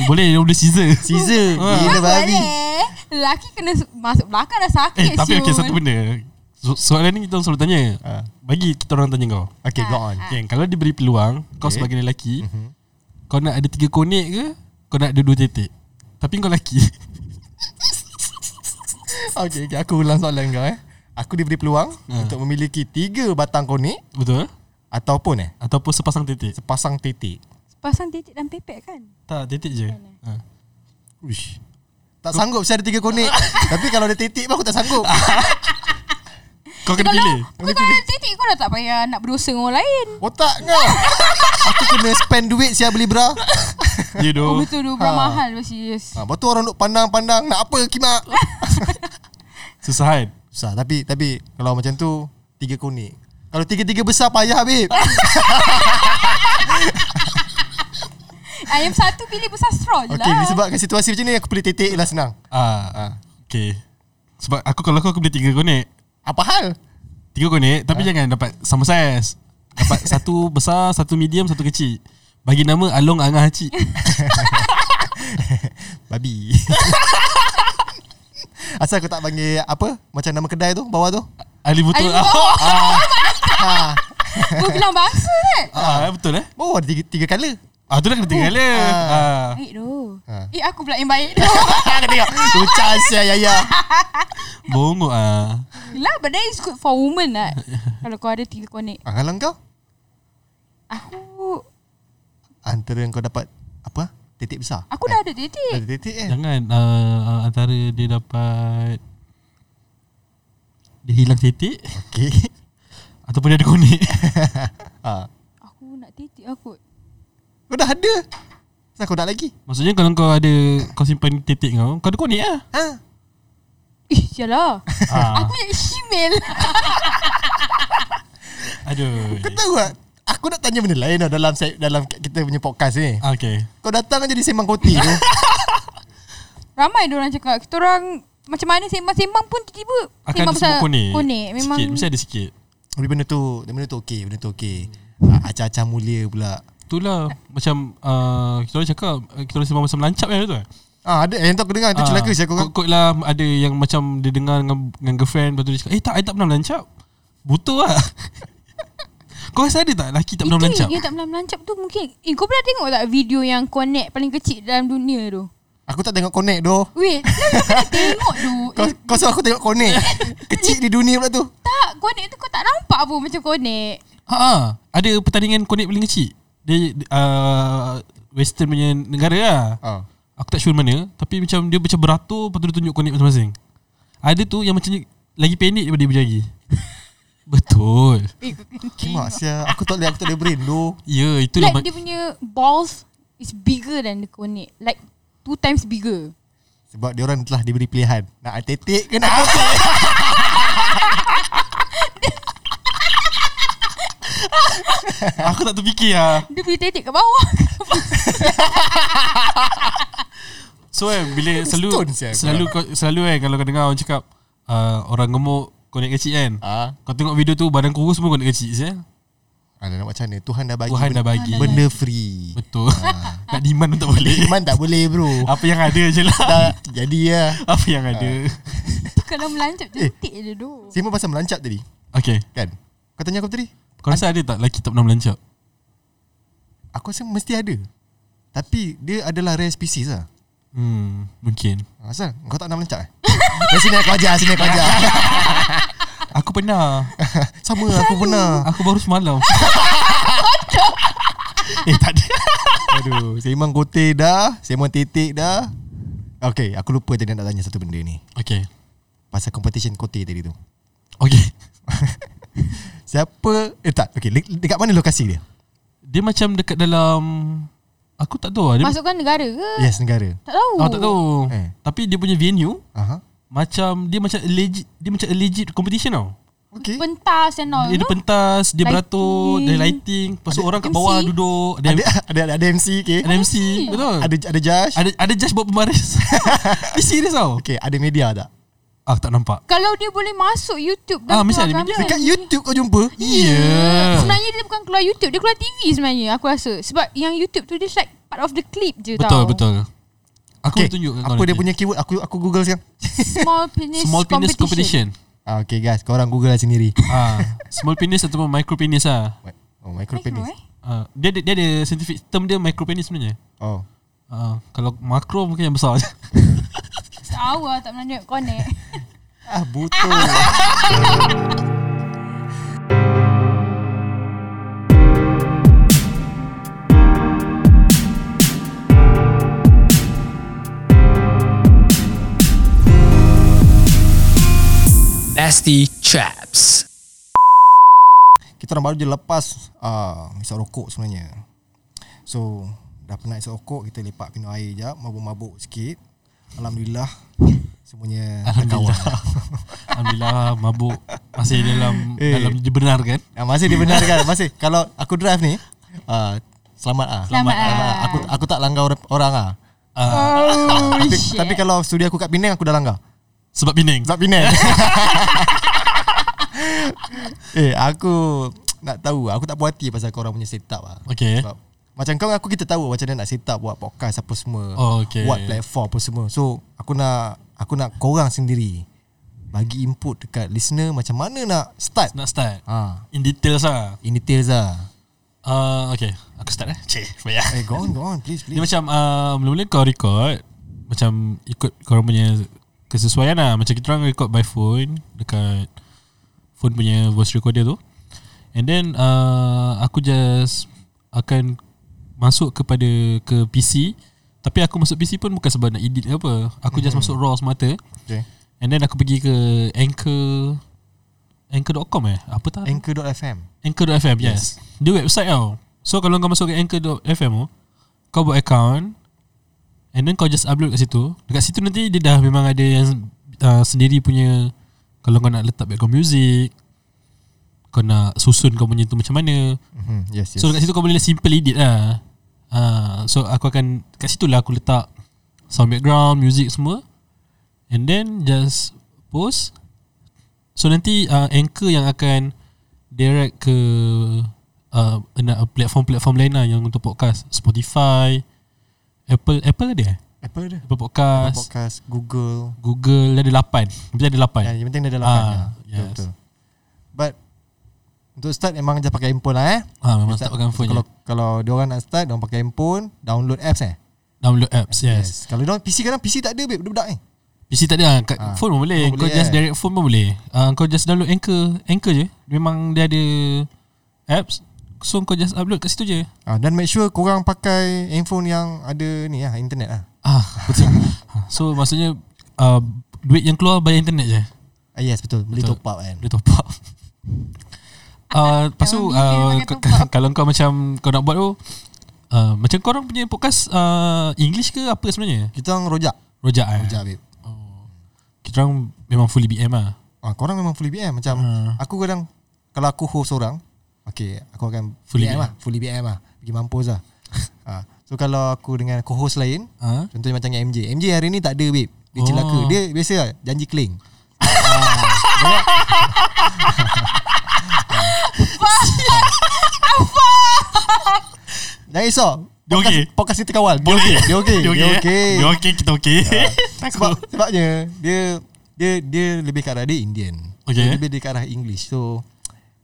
[SPEAKER 4] Boleh dia boleh Ah. Caesar
[SPEAKER 2] Caesar Gila
[SPEAKER 3] Perempuan
[SPEAKER 2] babi
[SPEAKER 3] boleh. Lelaki kena su- masuk belakang dah sakit.
[SPEAKER 4] Eh tapi
[SPEAKER 3] siul.
[SPEAKER 4] okay satu benda So- Soalan ni kita orang selalu tanya
[SPEAKER 2] Ah.
[SPEAKER 4] Bagi kita orang tanya kau
[SPEAKER 2] Okay go on
[SPEAKER 4] Okay, kalau diberi peluang Kau
[SPEAKER 2] Okay.
[SPEAKER 4] sebagai lelaki Kau nak ada tiga konek ke Kau nak ada dua titik Tapi kau lelaki
[SPEAKER 2] okay, okay aku ulang soalan kau eh Aku diberi peluang Untuk memiliki Tiga batang konik
[SPEAKER 4] Betul
[SPEAKER 2] Ataupun eh
[SPEAKER 4] Ataupun sepasang titik
[SPEAKER 2] Sepasang titik
[SPEAKER 3] Pasang titik dan pepek kan.
[SPEAKER 4] Tak titik je ha.
[SPEAKER 2] Uish. Tak sanggup saya ada tiga konik Tapi kalau ada titik pun aku tak sanggup
[SPEAKER 4] Kau kena pilih
[SPEAKER 3] Kau kalau ada titik kau dah tak payah nak berdosa dengan orang lain.
[SPEAKER 2] Otak kau Aku kena spend duit saya beli bra
[SPEAKER 3] Oh,
[SPEAKER 4] Ya doh
[SPEAKER 3] betul tu ha. mahal pasti yes.
[SPEAKER 2] ha, Lepas tu orang duk pandang-pandang Nak apa kimak
[SPEAKER 4] Susah kan
[SPEAKER 2] Susah tapi tapi Kalau macam tu Tiga konik Kalau tiga-tiga besar payah babe
[SPEAKER 3] Ayam Ah, satu pilih besar straw je
[SPEAKER 2] Okay
[SPEAKER 3] lah.
[SPEAKER 2] disebabkan situasi macam ni Aku pilih titik lah senang
[SPEAKER 4] ah, ah. Okay Sebab aku kalau aku, aku boleh tiga konek
[SPEAKER 2] Apa hal?
[SPEAKER 4] Tiga konek Tapi jangan dapat sama size Dapat satu besar Satu medium Satu kecil Bagi nama Along Angah Haci
[SPEAKER 2] Babi Asal aku tak panggil apa Macam nama kedai tu Bawah tu
[SPEAKER 4] Ali
[SPEAKER 3] Ayam
[SPEAKER 4] Butul
[SPEAKER 3] bawah.
[SPEAKER 2] ha.
[SPEAKER 3] Kau bilang bangsa kan?
[SPEAKER 4] ah, Betul eh
[SPEAKER 2] Bawah ada tiga, tiga colour
[SPEAKER 4] Ah tu dah kena tiga kali ah.
[SPEAKER 3] Baik tu.
[SPEAKER 2] Ha.
[SPEAKER 3] Eh aku pula yang baik tu.
[SPEAKER 2] Kena tengok Lucah siya Yaya
[SPEAKER 4] Bongok ah.
[SPEAKER 3] Lah but that is good for woman lah. Kalau kau ada tiga connect.
[SPEAKER 2] ah, Kalau kau
[SPEAKER 3] Aku
[SPEAKER 2] Antara yang kau dapat Apa Titik besar
[SPEAKER 3] aku dah Ya. ada titik.
[SPEAKER 2] Ada titik eh
[SPEAKER 4] Jangan uh, uh, Antara dia dapat Dia hilang titik
[SPEAKER 2] Okay
[SPEAKER 4] Ataupun dia ada konek
[SPEAKER 2] ha.
[SPEAKER 3] Aku nak titik aku.
[SPEAKER 2] Kau dah ada Kenapa kau nak lagi
[SPEAKER 4] Maksudnya kalau kau ada Kau simpan titik kau Kau ada konek lah
[SPEAKER 2] Ha
[SPEAKER 3] Ih, sialah.
[SPEAKER 4] ah.
[SPEAKER 3] Aku nak email.
[SPEAKER 4] Aduh
[SPEAKER 2] Kau tahu tak Aku nak tanya benda lain tau Dalam se- dalam kita punya podcast ni
[SPEAKER 4] Ah, Okay
[SPEAKER 2] Kau datang jadi sembang koti tu
[SPEAKER 3] Ramai orang cakap kita orang macam mana sembang-sembang pun tiba-tiba
[SPEAKER 4] Akan ada
[SPEAKER 3] pasal
[SPEAKER 4] sebut konek
[SPEAKER 3] Konek memang
[SPEAKER 4] Sikit Mesti ada sikit
[SPEAKER 2] Tapi benda tu Benda tu okey Benda tu okey Ah, Acah-acah mulia pula
[SPEAKER 4] Itulah Macam uh, Kita orang cakap uh, Kita orang sembang macam lancap kan tu
[SPEAKER 2] Ah ada eh, yang tu aku dengar tu
[SPEAKER 4] Ah,
[SPEAKER 2] celaka saya kau.
[SPEAKER 4] Kot-kot lah Ada yang macam Dia dengar dengan, dengan girlfriend Lepas tu dia cakap Eh tak I tak pernah melancap Butuh lah Kau rasa ada tak Lelaki tak
[SPEAKER 3] Itu
[SPEAKER 4] pernah melancap
[SPEAKER 3] Yang tak pernah melancap tu mungkin Eh kau pernah tengok tak video yang connect paling kecil dalam dunia tu
[SPEAKER 2] Aku tak tengok connect doh.
[SPEAKER 3] Wait Lah kau kena tengok tu Eh,
[SPEAKER 2] Kau kau suruh aku tengok connect. Kecil di dunia pula tu.
[SPEAKER 3] Tak connect tu kau tak nampak pun macam connect
[SPEAKER 4] Ha ah, ada pertandingan connect paling kecil. Dia uh, western punya negara lah.
[SPEAKER 2] Ah.
[SPEAKER 4] Aku tak sure mana, tapi macam dia macam beratur lepas tu dia tunjuk connect masing-masing. Ada tu yang macam ni, lagi pendek daripada dia berjari. Betul
[SPEAKER 2] Kimak Eh, sia Aku tak boleh Aku tak boleh brain doh
[SPEAKER 4] Ya yeah, itulah
[SPEAKER 3] Like
[SPEAKER 4] like
[SPEAKER 3] dia punya balls is bigger than the konek. Like two times bigger.
[SPEAKER 2] Sebab dia orang telah diberi pilihan Nak tetik ke nak apa
[SPEAKER 4] Aku tak terfikir lah
[SPEAKER 3] Dia boleh tetik kat bawah.
[SPEAKER 4] So eh Bila selalu
[SPEAKER 2] Stone sia aku
[SPEAKER 4] Selalu kau, selalu eh Kalau kau dengar orang cakap uh, Orang gemuk Konek kecil kan
[SPEAKER 2] Ah.
[SPEAKER 4] Kau tengok video tu Badan kurus semua konek kecil sia
[SPEAKER 2] ah, nak buat macam mana Tuhan dah bagi
[SPEAKER 4] Tuhan dah bagi
[SPEAKER 2] Benda free
[SPEAKER 4] Betul Nak demand pun tak boleh
[SPEAKER 2] Iman tak boleh bro
[SPEAKER 4] Apa yang ada je lah
[SPEAKER 2] Dah jadi lah
[SPEAKER 4] Apa yang ada
[SPEAKER 3] tu kalau melancap
[SPEAKER 4] Eh.
[SPEAKER 3] jentik je doh.
[SPEAKER 2] Sembang pasal melancap tadi
[SPEAKER 4] Okay
[SPEAKER 2] Kan Kau tanya aku tadi
[SPEAKER 4] Kau rasa ada tak Lelaki tak pernah melancap
[SPEAKER 2] Aku rasa mesti ada Tapi dia adalah rare species lah
[SPEAKER 4] Hmm Mungkin
[SPEAKER 2] Ah, Asal kau tak nak melancap eh? Dari sini aku ajar Sini aku ajar
[SPEAKER 4] Aku pernah
[SPEAKER 2] Sama lah, aku pernah
[SPEAKER 4] Aku baru semalam
[SPEAKER 2] Eh tak ada Aduh Sembang kote dah Sembang tetek dah Okay aku lupa tadi nak tanya satu benda ni
[SPEAKER 4] Okay
[SPEAKER 2] Pasal competition kote tadi tu
[SPEAKER 4] Okay
[SPEAKER 2] Siapa Eh tak okay, le- Dekat mana lokasi dia
[SPEAKER 4] Dia macam dekat dalam Aku tak tahu lah dia,
[SPEAKER 3] Masukkan negara ke?
[SPEAKER 2] Yes negara
[SPEAKER 3] Tak tahu.
[SPEAKER 4] Aku Eh. Oh, tak tahu
[SPEAKER 2] Eh.
[SPEAKER 4] Tapi dia punya venue
[SPEAKER 2] Aha.
[SPEAKER 4] Macam Dia macam a legit Dia macam a legit competition tau
[SPEAKER 2] Okay
[SPEAKER 3] Pentas
[SPEAKER 2] Ah,
[SPEAKER 3] and all.
[SPEAKER 4] Eh. Dia ada pentas Dia
[SPEAKER 3] Lighting.
[SPEAKER 4] beratur Dia lighting Lepas tu orang kat bawah
[SPEAKER 3] MC.
[SPEAKER 4] duduk Ada,
[SPEAKER 2] ada, ada, ada, ada MC okay.
[SPEAKER 4] ada MC Betul
[SPEAKER 2] Ada ada judge
[SPEAKER 4] Ada ada judge buat pembaris Dia serius tau
[SPEAKER 2] Okay ada media tak
[SPEAKER 4] Aku tak nampak
[SPEAKER 3] Kalau dia boleh masuk YouTube
[SPEAKER 4] Ah,
[SPEAKER 3] dan
[SPEAKER 4] mesti
[SPEAKER 3] keluar
[SPEAKER 4] ada
[SPEAKER 3] gambar.
[SPEAKER 4] video.
[SPEAKER 2] Dekat YouTube kau jumpa
[SPEAKER 4] Ya
[SPEAKER 3] Sebenarnya dia bukan keluar YouTube, dia keluar TV sebenarnya aku rasa. Sebab yang YouTube tu dia like part of the clip je
[SPEAKER 4] Betul
[SPEAKER 3] tau.
[SPEAKER 4] betul Aku
[SPEAKER 2] Okay,
[SPEAKER 4] okay. tunjuk kat kau
[SPEAKER 2] Apa dia
[SPEAKER 4] nanti.
[SPEAKER 2] punya keyword Aku aku google sekarang
[SPEAKER 3] Small penis
[SPEAKER 4] Small penis competition,
[SPEAKER 2] ah, Okay guys Korang google lah sendiri
[SPEAKER 4] ah, Small penis ataupun micro penis lah
[SPEAKER 2] Mi- Oh micro penis
[SPEAKER 3] eh?
[SPEAKER 4] ah, dia, ada- dia ada scientific term dia micro penis sebenarnya
[SPEAKER 2] Oh
[SPEAKER 4] ah, Kalau makro mungkin yang besar je
[SPEAKER 3] Tahu lah tak pernah nak connect.
[SPEAKER 2] Ah butuh
[SPEAKER 1] Nasty Chaps.
[SPEAKER 2] Kita orang baru je lepas ah, Isap rokok sebenarnya So Dah pernah isap rokok Kita lepak minum air jap Mabuk-mabuk sikit Alhamdulillah Semuanya
[SPEAKER 4] Alhamdulillah
[SPEAKER 2] terkawal.
[SPEAKER 4] Alhamdulillah mabuk Masih dalam
[SPEAKER 2] Eh.
[SPEAKER 4] Dalam dibenarkan
[SPEAKER 2] Ah, masih dibenarkan Masih Kalau aku drive ni ah, Selamat ah.
[SPEAKER 3] Selamat ah.
[SPEAKER 2] ah. Aku aku tak langgar orang, orang ah.
[SPEAKER 3] Oh,
[SPEAKER 2] Tapi,
[SPEAKER 3] shit.
[SPEAKER 2] tapi kalau studi aku kat Penang aku dah langgar.
[SPEAKER 4] Sebab Penang
[SPEAKER 2] Zat Penang. eh, aku nak tahu. Aku tak puas hati pasal kau orang punya setup ah.
[SPEAKER 4] Okay
[SPEAKER 2] Sebab macam kau dengan aku kita tahu macam mana nak setup buat podcast apa semua.
[SPEAKER 4] Oh, okay.
[SPEAKER 2] Buat platform apa semua. So, aku nak aku nak kau orang sendiri bagi input dekat listener macam mana nak start.
[SPEAKER 4] Nak start
[SPEAKER 2] Ha,
[SPEAKER 4] In details lah
[SPEAKER 2] in details lah.
[SPEAKER 4] uh, Okay Aku start eh Cik Bayar
[SPEAKER 2] Eh, go on, go on, please,
[SPEAKER 4] Dia
[SPEAKER 2] please.
[SPEAKER 4] macam uh, Mula-mula kau record Macam ikut korang punya Kesesuaian lah Macam kita orang record by phone Dekat Phone punya voice recorder tu And then uh, Aku just Akan Masuk kepada Ke PC Tapi aku masuk PC pun Bukan sebab nak edit ke apa Aku just masuk raw semata
[SPEAKER 2] Okay.
[SPEAKER 4] And then aku pergi ke Anchor Anchor.com eh Apa tak
[SPEAKER 2] Anchor.fm.
[SPEAKER 4] Anchor.fm yes. yes Dia website tau So kalau kau masuk ke Anchor.fm tu Kau buat account And then kau just upload kat situ Dekat situ nanti dia dah memang ada yang uh, Sendiri punya Kalau kau nak letak background music Kau nak susun kau punya tu macam mana
[SPEAKER 2] Mhm, Yes, yes.
[SPEAKER 4] So dekat situ kau boleh simple edit lah uh, So aku akan Kat situ lah aku letak Sound background, music semua And then just post So nanti uh, anchor yang akan Direct ke uh, nak- Platform-platform lain lah Yang untuk podcast Spotify Apple Apple ada eh?
[SPEAKER 2] apa dia?
[SPEAKER 4] Apple Podcast,
[SPEAKER 2] Podcast Google.
[SPEAKER 4] Google ada 8 Mesti ada 8
[SPEAKER 2] Ya, yang penting dia dalam
[SPEAKER 4] Ah,
[SPEAKER 2] ah,
[SPEAKER 4] yes.
[SPEAKER 2] yes. Betul. But untuk start memang je pakai handphone lah eh.
[SPEAKER 4] ha, Memang tak pakai phone
[SPEAKER 2] Kalau
[SPEAKER 4] je
[SPEAKER 2] kalau diorang nak start, diorang pakai handphone, download apps eh.
[SPEAKER 4] Download apps yes.
[SPEAKER 2] Kalau diorang PC kadang PC tak ada babe, budak-budak ni. Eh.
[SPEAKER 4] PC tak ada lah. Kat
[SPEAKER 2] Ah,
[SPEAKER 4] phone pun boleh.
[SPEAKER 2] phone
[SPEAKER 4] Kau
[SPEAKER 2] boleh,
[SPEAKER 4] just
[SPEAKER 2] eh.
[SPEAKER 4] direct phone pun boleh. Uh, kau just download Anchor. Anchor je. Memang dia ada apps. So kau just upload kat situ je.
[SPEAKER 2] Ah, dan make sure korang pakai handphone yang ada ni lah, internet lah.
[SPEAKER 4] Ah, betul. so maksudnya uh, duit yang keluar bayar internet je.
[SPEAKER 2] Ah, yes, betul. Boleh
[SPEAKER 4] Betul.
[SPEAKER 2] top up kan.
[SPEAKER 4] Boleh top up. Uh, lepas tu
[SPEAKER 3] Jangan
[SPEAKER 4] uh,
[SPEAKER 3] bila makan
[SPEAKER 4] k-
[SPEAKER 3] tumpeng.
[SPEAKER 4] kalau kau macam kau nak buat tu uh, macam kau orang punya podcast uh, English ke apa sebenarnya?
[SPEAKER 2] Kita orang rojak.
[SPEAKER 4] Rojak eh.
[SPEAKER 2] Rojak babe.
[SPEAKER 4] Kita orang memang fully BM lah.
[SPEAKER 2] Ah, korang memang fully BM macam
[SPEAKER 4] Ah.
[SPEAKER 2] aku kadang kalau aku host orang, okay, aku akan fully
[SPEAKER 4] Fully
[SPEAKER 2] BM,
[SPEAKER 4] BM.
[SPEAKER 2] lah, fully BM lah. Pergi mampus lah. ah. So kalau aku dengan co-host lain,
[SPEAKER 4] Ha?
[SPEAKER 2] contohnya macam dengan MJ. MJ hari ni tak ada babe. Dia
[SPEAKER 4] Oh.
[SPEAKER 2] celaka. Dia biasa lah, janji keling. Jangan risau.
[SPEAKER 4] Dia
[SPEAKER 2] Podcast-
[SPEAKER 4] okey?
[SPEAKER 2] Podcast kita kawal. Dia okey. Dia okey.
[SPEAKER 4] Dia okey. eh? Dia
[SPEAKER 2] okey. Ah.
[SPEAKER 4] okey, kita okey.
[SPEAKER 2] Sebab sebabnya dia dia dia lebih ke arah dia Indian.
[SPEAKER 4] Okay.
[SPEAKER 2] Dia lebih dia ke arah English. So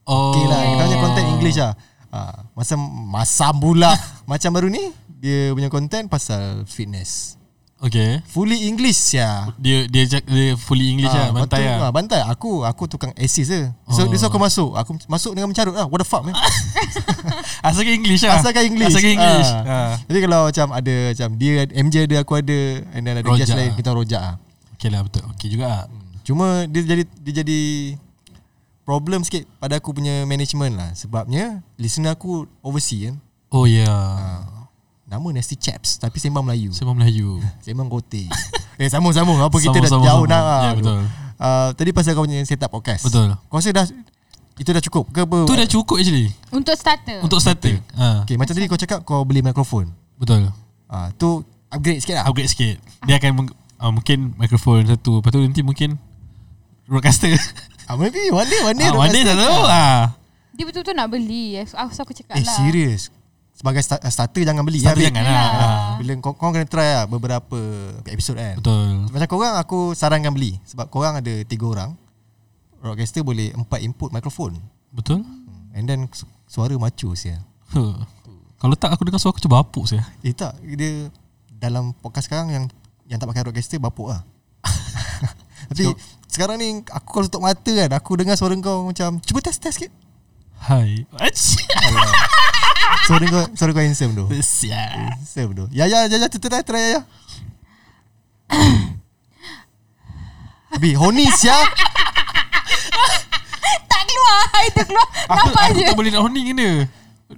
[SPEAKER 4] Oh.
[SPEAKER 2] Okay lah Kita punya content English lah ha, Masa Masa pula Macam baru ni Dia punya content Pasal fitness
[SPEAKER 4] Okay.
[SPEAKER 2] Fully English ya
[SPEAKER 4] Dia dia, jak- dia fully English lah, bantai
[SPEAKER 2] betul,
[SPEAKER 4] lah.
[SPEAKER 2] ah, Bantai Aku aku tukang assist je So
[SPEAKER 4] Oh.
[SPEAKER 2] dia suruh aku masuk Aku masuk dengan mencarut lah What the fuck man
[SPEAKER 4] Asalkan English lah.
[SPEAKER 2] Asalkan English
[SPEAKER 4] Asalkan English. Ha.
[SPEAKER 2] Ah. Jadi kalau macam ada Macam dia MJ ada Aku ada And then ada
[SPEAKER 4] Rojak
[SPEAKER 2] guest lain
[SPEAKER 4] ah.
[SPEAKER 2] Kita rojak lah
[SPEAKER 4] Okay lah betul. Okay juga lah.
[SPEAKER 2] Cuma dia jadi dia jadi problem sikit pada aku punya management lah sebabnya listener aku overseas kan
[SPEAKER 4] Oh yeah.
[SPEAKER 2] nama Nasty Chaps tapi sembang Melayu
[SPEAKER 4] Sembang Melayu.
[SPEAKER 2] Sembang kote Eh sambung-sambung Apa kita dah
[SPEAKER 4] Sambung,
[SPEAKER 2] jauh
[SPEAKER 4] sambung,
[SPEAKER 2] dah
[SPEAKER 4] sambung. Ya, betul.
[SPEAKER 2] uh, Tadi pasal kau punya setup podcast
[SPEAKER 4] Betul.
[SPEAKER 2] Kau rasa dah Itu dah cukup ke apa
[SPEAKER 4] Tu dah cukup actually
[SPEAKER 3] Untuk starter
[SPEAKER 4] untuk starting. Ha.
[SPEAKER 2] Okay macam tadi kau cakap Kau beli mikrofon
[SPEAKER 4] Betul.
[SPEAKER 2] uh, Tu upgrade sikit lah
[SPEAKER 4] Upgrade sikit. Dia akan meng- uh, mungkin mikrofon satu, lepas tu nanti mungkin roadcaster.
[SPEAKER 2] uh, Maybe one day One day, Eh,
[SPEAKER 4] Ah,
[SPEAKER 2] dia
[SPEAKER 4] One
[SPEAKER 2] akan
[SPEAKER 4] day tak
[SPEAKER 2] start.
[SPEAKER 4] tahu. Ah.
[SPEAKER 3] Dia betul-betul nak beli Aku aku aku cakap
[SPEAKER 2] Eh
[SPEAKER 3] lah
[SPEAKER 2] serius Sebagai start, starter jangan beli
[SPEAKER 4] Starter
[SPEAKER 2] Rik.
[SPEAKER 4] jangan lah.
[SPEAKER 2] Ah, Bila kau, kau kena try lah Beberapa episod kan
[SPEAKER 4] Betul.
[SPEAKER 2] Macam korang aku sarankan beli Sebab korang ada tiga orang Rockcaster boleh empat input mikrofon
[SPEAKER 4] Betul.
[SPEAKER 2] And then su- suara macu sia
[SPEAKER 4] Huh. Kalau tak aku dengar suara aku cuba apuk saya.
[SPEAKER 2] Eh tak Dia Dalam podcast sekarang Yang yang tak pakai roadcaster Bapuk lah Tapi Sekarang ni Aku kalau tutup mata kan Aku dengar suara kau macam Cuba test-test sikit
[SPEAKER 4] Hai.
[SPEAKER 2] Suara kau Suara kau handsome tu
[SPEAKER 4] Sial.
[SPEAKER 2] Handsome tu Ya ya ya ya Try try ya ya Abi horny sia
[SPEAKER 3] Tak keluar Itu keluar
[SPEAKER 4] Aku,
[SPEAKER 3] Nampak
[SPEAKER 4] aku
[SPEAKER 3] je
[SPEAKER 4] tak boleh nak horny kena.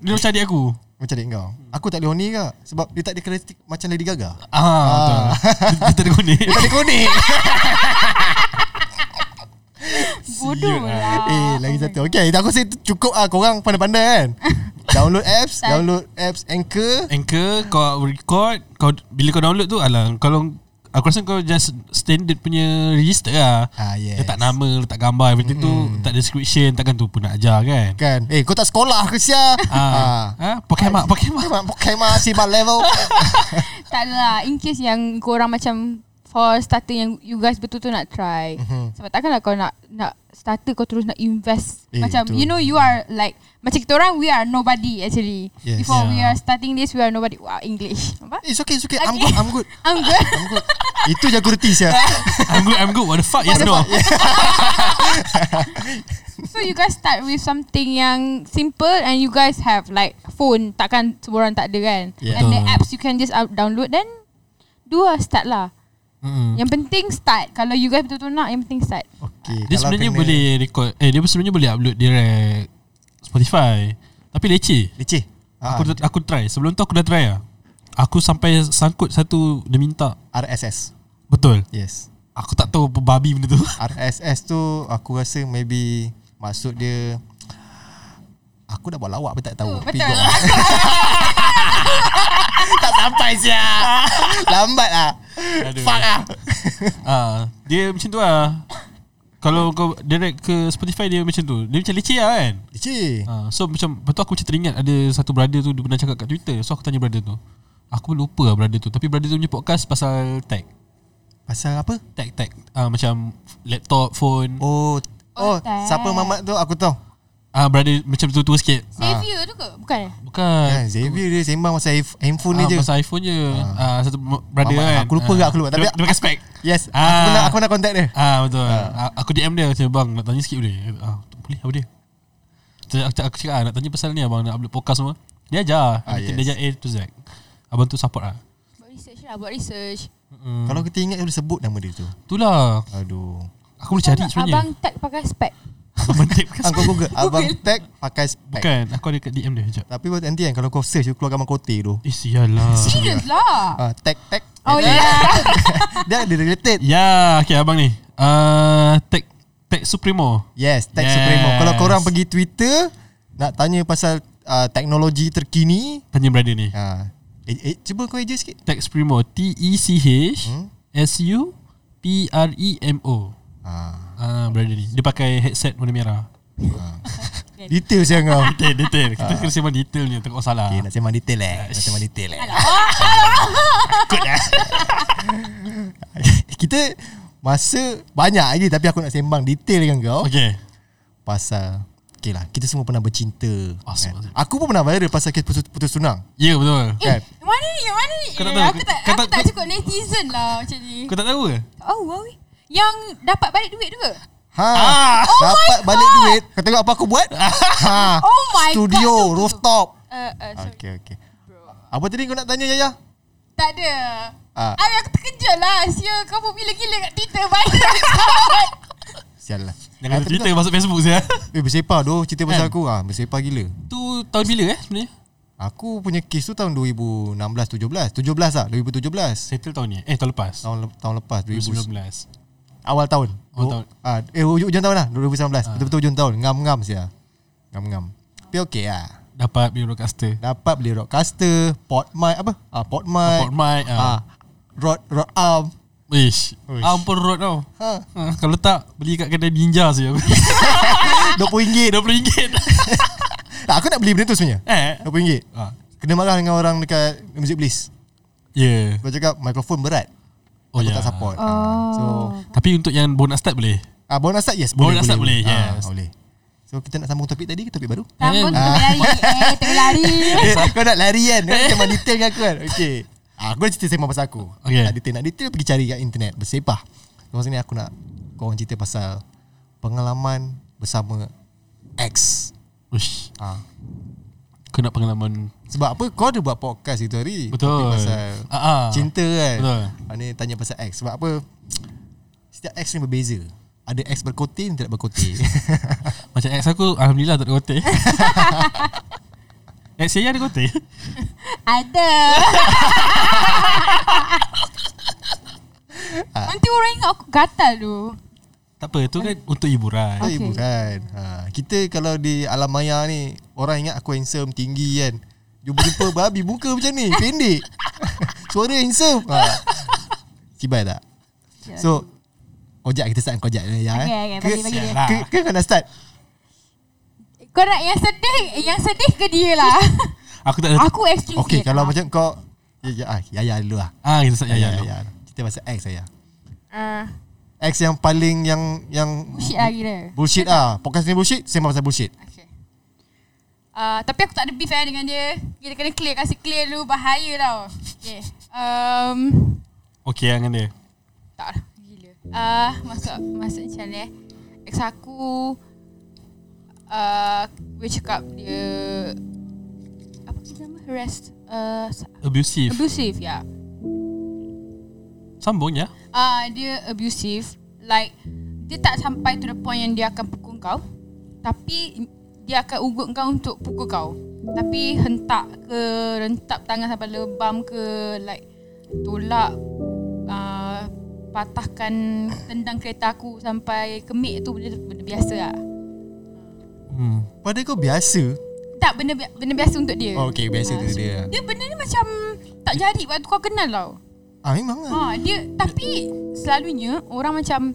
[SPEAKER 4] Dia macam adik aku.
[SPEAKER 2] Macam adik kau Aku tak boleh horny ke Sebab dia tak ada karakteristik Macam Lady Gaga
[SPEAKER 4] Ah, betul. Dia- Dia tak ada guna.
[SPEAKER 2] Dia tak ada kuning
[SPEAKER 3] Bodoh lah
[SPEAKER 2] Eh lagi satu Okay aku rasa itu cukup ah Korang pandai-pandai kan Download apps
[SPEAKER 3] Tak.
[SPEAKER 2] Download apps Anchor
[SPEAKER 4] Anchor kau record kau bila kau download tu alah kalau aku rasa kau just standard punya register lah.
[SPEAKER 2] Ah, yes.
[SPEAKER 4] Letak nama, letak gambar, everything tu letak description, takkan tu pun nak ajar kan.
[SPEAKER 2] Kan Eh kau tak sekolah ke sia Eh,
[SPEAKER 4] Ah, ah. Pokemon, Pokemon.
[SPEAKER 2] Pokemon Pokemon Simak level Eh,
[SPEAKER 3] Tak lah In case yang korang macam For starter yang you guys betul-betul nak try
[SPEAKER 2] Mhm.
[SPEAKER 3] Sebab takkanlah kau nak Nak starter kau terus nak invest
[SPEAKER 2] Eh,
[SPEAKER 3] Macam
[SPEAKER 2] betul.
[SPEAKER 3] you know you are like Macam kita orang we are nobody actually
[SPEAKER 2] Yes.
[SPEAKER 3] Before we
[SPEAKER 4] Yeah.
[SPEAKER 3] are starting this we are nobody Wow English Nampak?
[SPEAKER 2] It's okay it's okay I'm
[SPEAKER 3] Okay.
[SPEAKER 2] good I'm good
[SPEAKER 3] I'm good
[SPEAKER 2] I'm good Itu je aku reti sia
[SPEAKER 4] I'm good, I'm good. What the fuck? Yes no.
[SPEAKER 3] So you guys start with something yang simple and you guys have like phone takkan semua orang tak ada kan.
[SPEAKER 2] Yeah.
[SPEAKER 3] And the
[SPEAKER 4] Betul.
[SPEAKER 3] apps you can just up download then dua start lah.
[SPEAKER 4] Mm-mm.
[SPEAKER 3] Yang penting start. Kalau you guys betul-betul nak yang penting start.
[SPEAKER 2] Okay
[SPEAKER 4] Dia
[SPEAKER 2] kalau
[SPEAKER 4] sebenarnya
[SPEAKER 2] kena-
[SPEAKER 4] boleh record eh dia sebenarnya boleh upload direct Spotify. Tapi leceh.
[SPEAKER 2] Leceh Ah,
[SPEAKER 4] Aku aku try. Sebelum tu aku dah try ah. Aku sampai sangkut satu dia minta.
[SPEAKER 2] RSS
[SPEAKER 4] Betul.
[SPEAKER 2] Yes
[SPEAKER 4] Aku tak tahu apa babi benda tu.
[SPEAKER 2] RSS tu Aku rasa maybe Maksud dia Aku dah buat lawak Tapi tak tahu
[SPEAKER 4] Oh,
[SPEAKER 3] Tu,
[SPEAKER 2] Tapi
[SPEAKER 3] betul.
[SPEAKER 2] go. Tak sampai sia Lambat lah
[SPEAKER 4] Aduh.
[SPEAKER 2] Fuck lah
[SPEAKER 4] Ah, dia macam tu lah. Kalau kau direct ke Spotify dia macam tu. Dia macam leceh lah kan.
[SPEAKER 2] Leceh
[SPEAKER 4] Ah, so macam lepas tu aku macam teringat ada satu brother tu dia pernah cakap kat Twitter. So aku tanya brother tu. Aku lupa lah brother tu. Tapi brother tu punya podcast pasal tech.
[SPEAKER 2] Pasal apa?
[SPEAKER 4] Tech tech. Ah, macam laptop, phone.
[SPEAKER 2] Oh Oh,
[SPEAKER 3] Oh, tak.
[SPEAKER 2] siapa mamat tu aku tahu
[SPEAKER 4] Ah, brother macam tu tua sikit.
[SPEAKER 3] Xavier tu ke? Bukan eh?
[SPEAKER 2] Kan
[SPEAKER 4] Bukan.
[SPEAKER 2] Xavier dia sembang pasal handf- handphone
[SPEAKER 4] Ah,
[SPEAKER 2] ni je
[SPEAKER 4] pasal iPhone je. Ah, satu brother
[SPEAKER 2] Mamat,
[SPEAKER 4] kan.
[SPEAKER 2] aku lupa ke, aku lupa. Tapi-
[SPEAKER 4] Tapi dia pakai spec.
[SPEAKER 2] Yes Aku
[SPEAKER 4] Ah.
[SPEAKER 2] pernah aku pernah contact dia
[SPEAKER 4] Ah betul. Ah. Aku DM dia kata bang nak tanya sikit boleh. Ah tak boleh apa dia? Saya aku cakap, aku cakap ah, nak tanya pasal ni abang nak upload podcast semua. Dia ajar.
[SPEAKER 2] Ah,
[SPEAKER 4] Ah,
[SPEAKER 2] yes.
[SPEAKER 4] yes. Dia ajar A to Z. Abang tu support ah.
[SPEAKER 3] Buat research lah, buat research.
[SPEAKER 4] Mm.
[SPEAKER 2] Kalau kita ingat dia sebut nama dia tu
[SPEAKER 4] itulah
[SPEAKER 2] Aduh
[SPEAKER 4] aku boleh cari
[SPEAKER 3] Abang-
[SPEAKER 4] sebenarnya.
[SPEAKER 3] Abang tag pakai spek.
[SPEAKER 4] Abang Tip ke?
[SPEAKER 2] Aku Google Abang tag pakai spek
[SPEAKER 4] Bukan Aku ada kat DM dia sekejap
[SPEAKER 2] Tapi nanti kan Kalau kau search You keluar gambar kote tu
[SPEAKER 4] Eh sialah
[SPEAKER 3] Serius lah
[SPEAKER 2] Ah, Tag tag
[SPEAKER 3] Oh yeah
[SPEAKER 2] Dia ada related
[SPEAKER 4] Ya Okay abang ni uh, Tag Tag Supremo
[SPEAKER 2] Yes Tag
[SPEAKER 4] Yes.
[SPEAKER 2] Supremo Kalau korang pergi Twitter Nak tanya pasal uh, Teknologi terkini
[SPEAKER 4] Tanya brother ni
[SPEAKER 2] uh, eh, eh, Cuba kau eja sikit
[SPEAKER 4] Tag Supremo E T-E-C-H S-U-P-R-E-M-O
[SPEAKER 2] uh,
[SPEAKER 4] E Ah, brother ni Dia pakai headset warna merah
[SPEAKER 2] Detail saya kau
[SPEAKER 4] Detail, detail Kita kena sembang detail ni Tengok salah
[SPEAKER 2] Okay, Ah. nak sembang detail eh. Nak sembang detail eh. Kita masa banyak lagi tapi aku nak sembang detail dengan kau okay.
[SPEAKER 4] Okay
[SPEAKER 2] pasal Okay lah, kita semua pernah bercinta.
[SPEAKER 4] Awesome.
[SPEAKER 2] Kan? Aku pun pernah viral pasal kes putus, putus tunang.
[SPEAKER 4] Ya yeah, betul
[SPEAKER 2] Kan?
[SPEAKER 3] Eh mana ni Mana ni
[SPEAKER 4] Kau tak
[SPEAKER 3] Eh,
[SPEAKER 4] tahu?
[SPEAKER 3] Aku tak
[SPEAKER 4] Kau
[SPEAKER 3] Aku tak
[SPEAKER 4] tak- kau-
[SPEAKER 3] cukup netizen lah Macam ni
[SPEAKER 4] Kau tak tahu ke?
[SPEAKER 3] Oh wow Yang dapat balik duit tu ke
[SPEAKER 2] Ha,
[SPEAKER 4] Ah.
[SPEAKER 2] ah, dapat oh balik duit. Kau tengok apa aku buat? ha,
[SPEAKER 3] Oh my God,
[SPEAKER 2] studio,
[SPEAKER 3] tu- tu- tu.
[SPEAKER 2] rooftop.
[SPEAKER 3] Uh, uh, sorry.
[SPEAKER 2] Okay, okay. Apa tadi kau nak tanya Yaya?
[SPEAKER 3] Tak ada
[SPEAKER 2] Ah.
[SPEAKER 3] Ay, Aku terkejut lah Sia kau pun gila-gila kat Twitter Banyak
[SPEAKER 2] Sial lah.
[SPEAKER 4] Jangan
[SPEAKER 2] Ah, tapi
[SPEAKER 4] cerita masuk Facebook saya
[SPEAKER 2] kau- Eh, bersepah doh cerita pasal
[SPEAKER 4] Kan?
[SPEAKER 2] aku. Ah, bersepah gila.
[SPEAKER 4] Tu tahun bila eh sebenarnya?
[SPEAKER 2] Aku punya kes tu tahun 2016 17 17 lah 2017
[SPEAKER 4] Settle tahun ni Eh tahun lepas
[SPEAKER 2] tahun le- tahun lepas 2019
[SPEAKER 4] 2019
[SPEAKER 2] awal tahun
[SPEAKER 4] Awal
[SPEAKER 2] Du-
[SPEAKER 4] tahun. Ah.
[SPEAKER 2] ah eh huj- hujung tahun lah 2019 betul-betul hujung tahun ngam-ngam sia ngam-ngam tapi okey lah
[SPEAKER 4] Dapat beli roadcaster
[SPEAKER 2] dapat beli roadcaster port mic apa ah port mic
[SPEAKER 4] Port mic
[SPEAKER 2] ah
[SPEAKER 4] ah.
[SPEAKER 2] rod rod arm
[SPEAKER 4] Ish
[SPEAKER 2] Uish.
[SPEAKER 4] Ampun road tau
[SPEAKER 2] ha
[SPEAKER 4] Ah, Kalau tak Beli kat kedai ninja saja Eh,
[SPEAKER 2] RM20
[SPEAKER 4] RM20
[SPEAKER 2] tak, Lah, aku nak beli benda tu sebenarnya
[SPEAKER 4] Eh
[SPEAKER 2] RM20
[SPEAKER 4] ah.
[SPEAKER 2] kena marah dengan orang dekat music please
[SPEAKER 4] Yeah
[SPEAKER 2] kau cakap mikrofon berat
[SPEAKER 4] Ya. Oh
[SPEAKER 2] aku
[SPEAKER 4] ya
[SPEAKER 2] tak support Ah, so
[SPEAKER 4] Tapi untuk yang bonus start boleh
[SPEAKER 2] Ah, bonus start yes
[SPEAKER 4] Bonus start boleh,
[SPEAKER 2] Ah,
[SPEAKER 4] yes.
[SPEAKER 2] boleh. So kita nak sambung topik tadi ke topik baru?
[SPEAKER 3] Sambung tu berlari
[SPEAKER 2] Ah.
[SPEAKER 3] Eh terlari
[SPEAKER 2] Eh, kau nak lari kan? Kau macam detail dengan aku kan? Okay. Ah, aku nak cerita sembang pasal aku.
[SPEAKER 4] Okay.
[SPEAKER 2] Nak detail, nak detail pergi cari kat internet. Bersepah. So, masa ni aku nak korang cerita pasal pengalaman bersama ex.
[SPEAKER 4] Uish
[SPEAKER 2] Ah.
[SPEAKER 4] Kau nak pengalaman
[SPEAKER 2] Sebab apa kau ada buat podcast itu hari
[SPEAKER 4] Betul
[SPEAKER 2] Topik pasal
[SPEAKER 4] Ah, ah.
[SPEAKER 2] cinta kan
[SPEAKER 4] Betul.
[SPEAKER 2] Ah, Ni tanya pasal ex Sebab apa Setiap ex ni berbeza Ada ex berkotin Tidak berkotin
[SPEAKER 4] Macam ex aku Alhamdulillah tak ada kotek Ex saya ada kotek
[SPEAKER 3] Ada
[SPEAKER 2] Ah.
[SPEAKER 3] Nanti orang ingat aku gatal tu
[SPEAKER 4] Tak apa tu kan Untuk hiburan
[SPEAKER 2] Okay.
[SPEAKER 3] Okay.
[SPEAKER 2] bukan. Ha, kita kalau di alam maya ni orang ingat aku handsome tinggi kan. Jumpa-jumpa babi muka macam ni, pendek. Suara handsome. Ha. Sibai tak? So Kojak kita start dengan Kojak ni ya.
[SPEAKER 3] Okay, okay, bagi- bagi dia.
[SPEAKER 2] Ke, ke, kau nak start?
[SPEAKER 3] Kau nak yang sedih Yang sedih ke dia lah
[SPEAKER 4] Aku tak ada
[SPEAKER 3] Aku excuse
[SPEAKER 2] Okey,
[SPEAKER 3] dia. Ah.
[SPEAKER 2] kalau macam kau ya ya ah, ya, ya dulu lah.
[SPEAKER 4] Ah, kita start ya, ya, ya,
[SPEAKER 2] ya. Kita pasal ex saya.
[SPEAKER 3] Ah,
[SPEAKER 2] Ex yang paling yang yang
[SPEAKER 3] Bullshit lah kira
[SPEAKER 2] bullshit ah. Podcast ni bullshit, sembang pasal bullshit.
[SPEAKER 3] Okay Uh, tapi aku tak ada beef eh dengan dia Kita kena clear Kasih clear dulu Bahaya tau Okay um,
[SPEAKER 4] Okay yang dengan dia
[SPEAKER 3] Tak lah Gila uh, Masuk Masuk macam ni eh Ex aku uh, Boleh cakap dia Apa kita nama Harass uh,
[SPEAKER 4] Abusive
[SPEAKER 3] Abusive ya yeah.
[SPEAKER 4] Sambung ya
[SPEAKER 3] uh, dia abusive like dia tak sampai to the point yang dia akan pukul kau tapi dia akan ugut kau untuk pukul kau tapi hentak ke rentap tangan sampai lebam ke like tolak uh, patahkan tendang kereta aku sampai kemik tu benda, benda biasa lah
[SPEAKER 4] hmm.
[SPEAKER 2] Pada kau biasa.
[SPEAKER 3] tak benda bi- benda biasa untuk dia
[SPEAKER 2] Oh, okey, biasa tu dia.
[SPEAKER 3] dia benda ni macam tak jadi waktu kau kenal tau
[SPEAKER 2] Ah memang ah.
[SPEAKER 3] Ha, dia tapi selalunya orang macam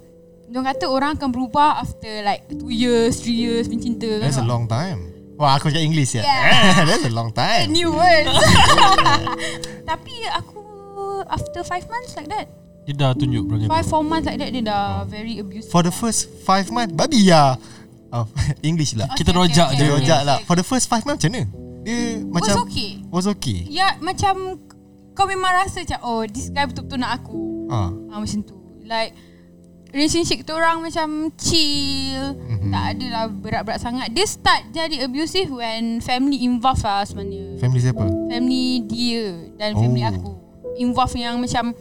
[SPEAKER 3] dia kata orang akan berubah after like 2 years, 3 years mencinta kan.
[SPEAKER 2] That's a
[SPEAKER 3] tau.
[SPEAKER 2] long time. Wah, aku cakap English ya.
[SPEAKER 3] Yeah.
[SPEAKER 2] That's a long time.
[SPEAKER 3] New world. tapi aku after 5 months like that.
[SPEAKER 4] Dia dah tunjuk
[SPEAKER 3] 5
[SPEAKER 4] perangai dia.
[SPEAKER 3] 4 months like that dia dah very abusive.
[SPEAKER 2] For the first five month, babi ya. Oh, English lah.
[SPEAKER 4] Kita rojak
[SPEAKER 2] Dia
[SPEAKER 4] okay,
[SPEAKER 2] rojak lah. For the first five month macam mana? Dia macam
[SPEAKER 3] Was okay.
[SPEAKER 2] Was okay.
[SPEAKER 3] Ya macam kau memang rasa macam oh this guy betul-betul nak aku.
[SPEAKER 2] Ah,
[SPEAKER 3] ha, Macam tu Like Relationship kita orang macam chill mm-hmm. Tak adalah berat-berat sangat Dia start jadi abusive when family involved lah sebenarnya
[SPEAKER 2] family siapa?
[SPEAKER 3] Family dia dan oh. family
[SPEAKER 2] Oh.
[SPEAKER 3] aku Involved yang macam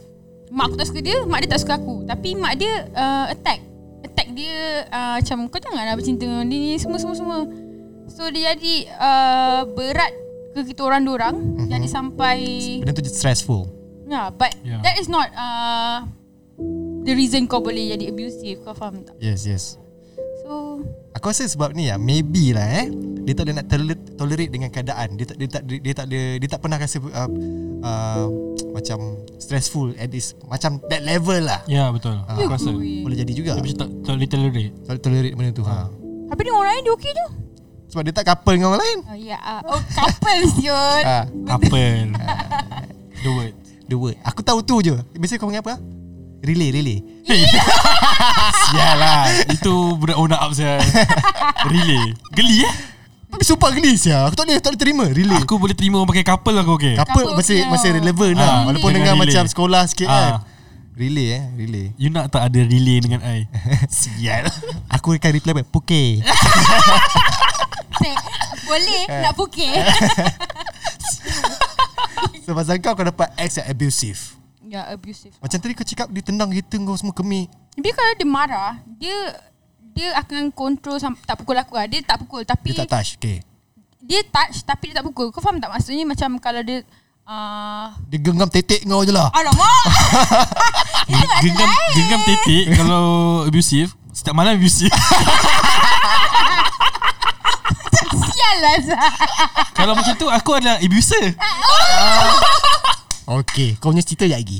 [SPEAKER 3] Mak aku tak suka dia, mak dia tak suka aku Tapi mak dia uh, attack Attack dia uh, macam kau janganlah bercinta dengan dia ni semua semua semua. So dia jadi uh, berat ke kita orang dua orang. Mm-hmm. Jadi sampai
[SPEAKER 2] Benda tu stressful
[SPEAKER 3] yeah, Ya, but
[SPEAKER 2] Ya.
[SPEAKER 4] Yeah.
[SPEAKER 3] yeah. that is not uh, the reason kau boleh jadi abusive. Kau faham tak?
[SPEAKER 2] Yes yes
[SPEAKER 3] So
[SPEAKER 2] Aku rasa sebab ni lah Maybe lah eh Dia tak boleh nak toler- tolerate dengan keadaan Dia tak dia tak dia, dia tak dia, dia tak pernah rasa uh, uh, Macam stressful at this Macam that level lah
[SPEAKER 4] Ya betul
[SPEAKER 2] Ah.
[SPEAKER 4] Aku rasa
[SPEAKER 3] Ui.
[SPEAKER 2] Boleh jadi juga
[SPEAKER 4] Dia macam tak, tak boleh tolerate
[SPEAKER 2] Kalau tolerate benda tu ha.
[SPEAKER 3] Habis ni orang lain dia okey je
[SPEAKER 2] Sebab dia tak couple dengan orang lain
[SPEAKER 3] Oh ya yeah. uh, Oh couple siun
[SPEAKER 2] ha.
[SPEAKER 4] Couple The word
[SPEAKER 2] The word Aku tahu tu je Biasanya kau panggil apa? Relay relay
[SPEAKER 4] Sialah lah. Itu budak own up saya Relay Geli eh
[SPEAKER 2] Tapi sumpah geli sia Aku tak boleh, tak boleh terima Relay
[SPEAKER 4] Aku boleh terima orang pakai couple lah aku okay
[SPEAKER 2] Couple
[SPEAKER 3] Couple
[SPEAKER 2] masih
[SPEAKER 3] okey
[SPEAKER 2] masih
[SPEAKER 3] lah.
[SPEAKER 2] relevan
[SPEAKER 4] Ah,
[SPEAKER 2] lah Walaupun dengan
[SPEAKER 4] dengan relay.
[SPEAKER 2] macam sekolah sikit
[SPEAKER 4] Ah.
[SPEAKER 2] kan Relay eh Relay
[SPEAKER 4] You nak tak ada relay dengan I
[SPEAKER 2] Sial Aku akan reply back Pukul
[SPEAKER 3] Boleh
[SPEAKER 2] Eh.
[SPEAKER 3] nak pukul
[SPEAKER 2] So pasal kau kau dapat ex yang abusive
[SPEAKER 3] Ya yeah, abusive
[SPEAKER 2] Macam tadi kau cakap Dia tendang kita kau semua kemik
[SPEAKER 3] Tapi kalau dia marah Dia Dia akan control sam- Tak pukul aku lah Dia tak pukul Tapi
[SPEAKER 2] Dia tak touch Okay
[SPEAKER 3] dia touch Tapi dia tak pukul Kau faham tak maksudnya Macam kalau dia uh,
[SPEAKER 2] Dia genggam tetek kau je lah
[SPEAKER 3] Alamak Itu tak
[SPEAKER 4] Genggam
[SPEAKER 3] selai
[SPEAKER 4] genggam tetik Kalau abusive Setiap malam abusive
[SPEAKER 3] Sial lah Zah
[SPEAKER 4] Kalau macam tu Aku adalah abuser
[SPEAKER 2] Okay Kau punya cerita je lagi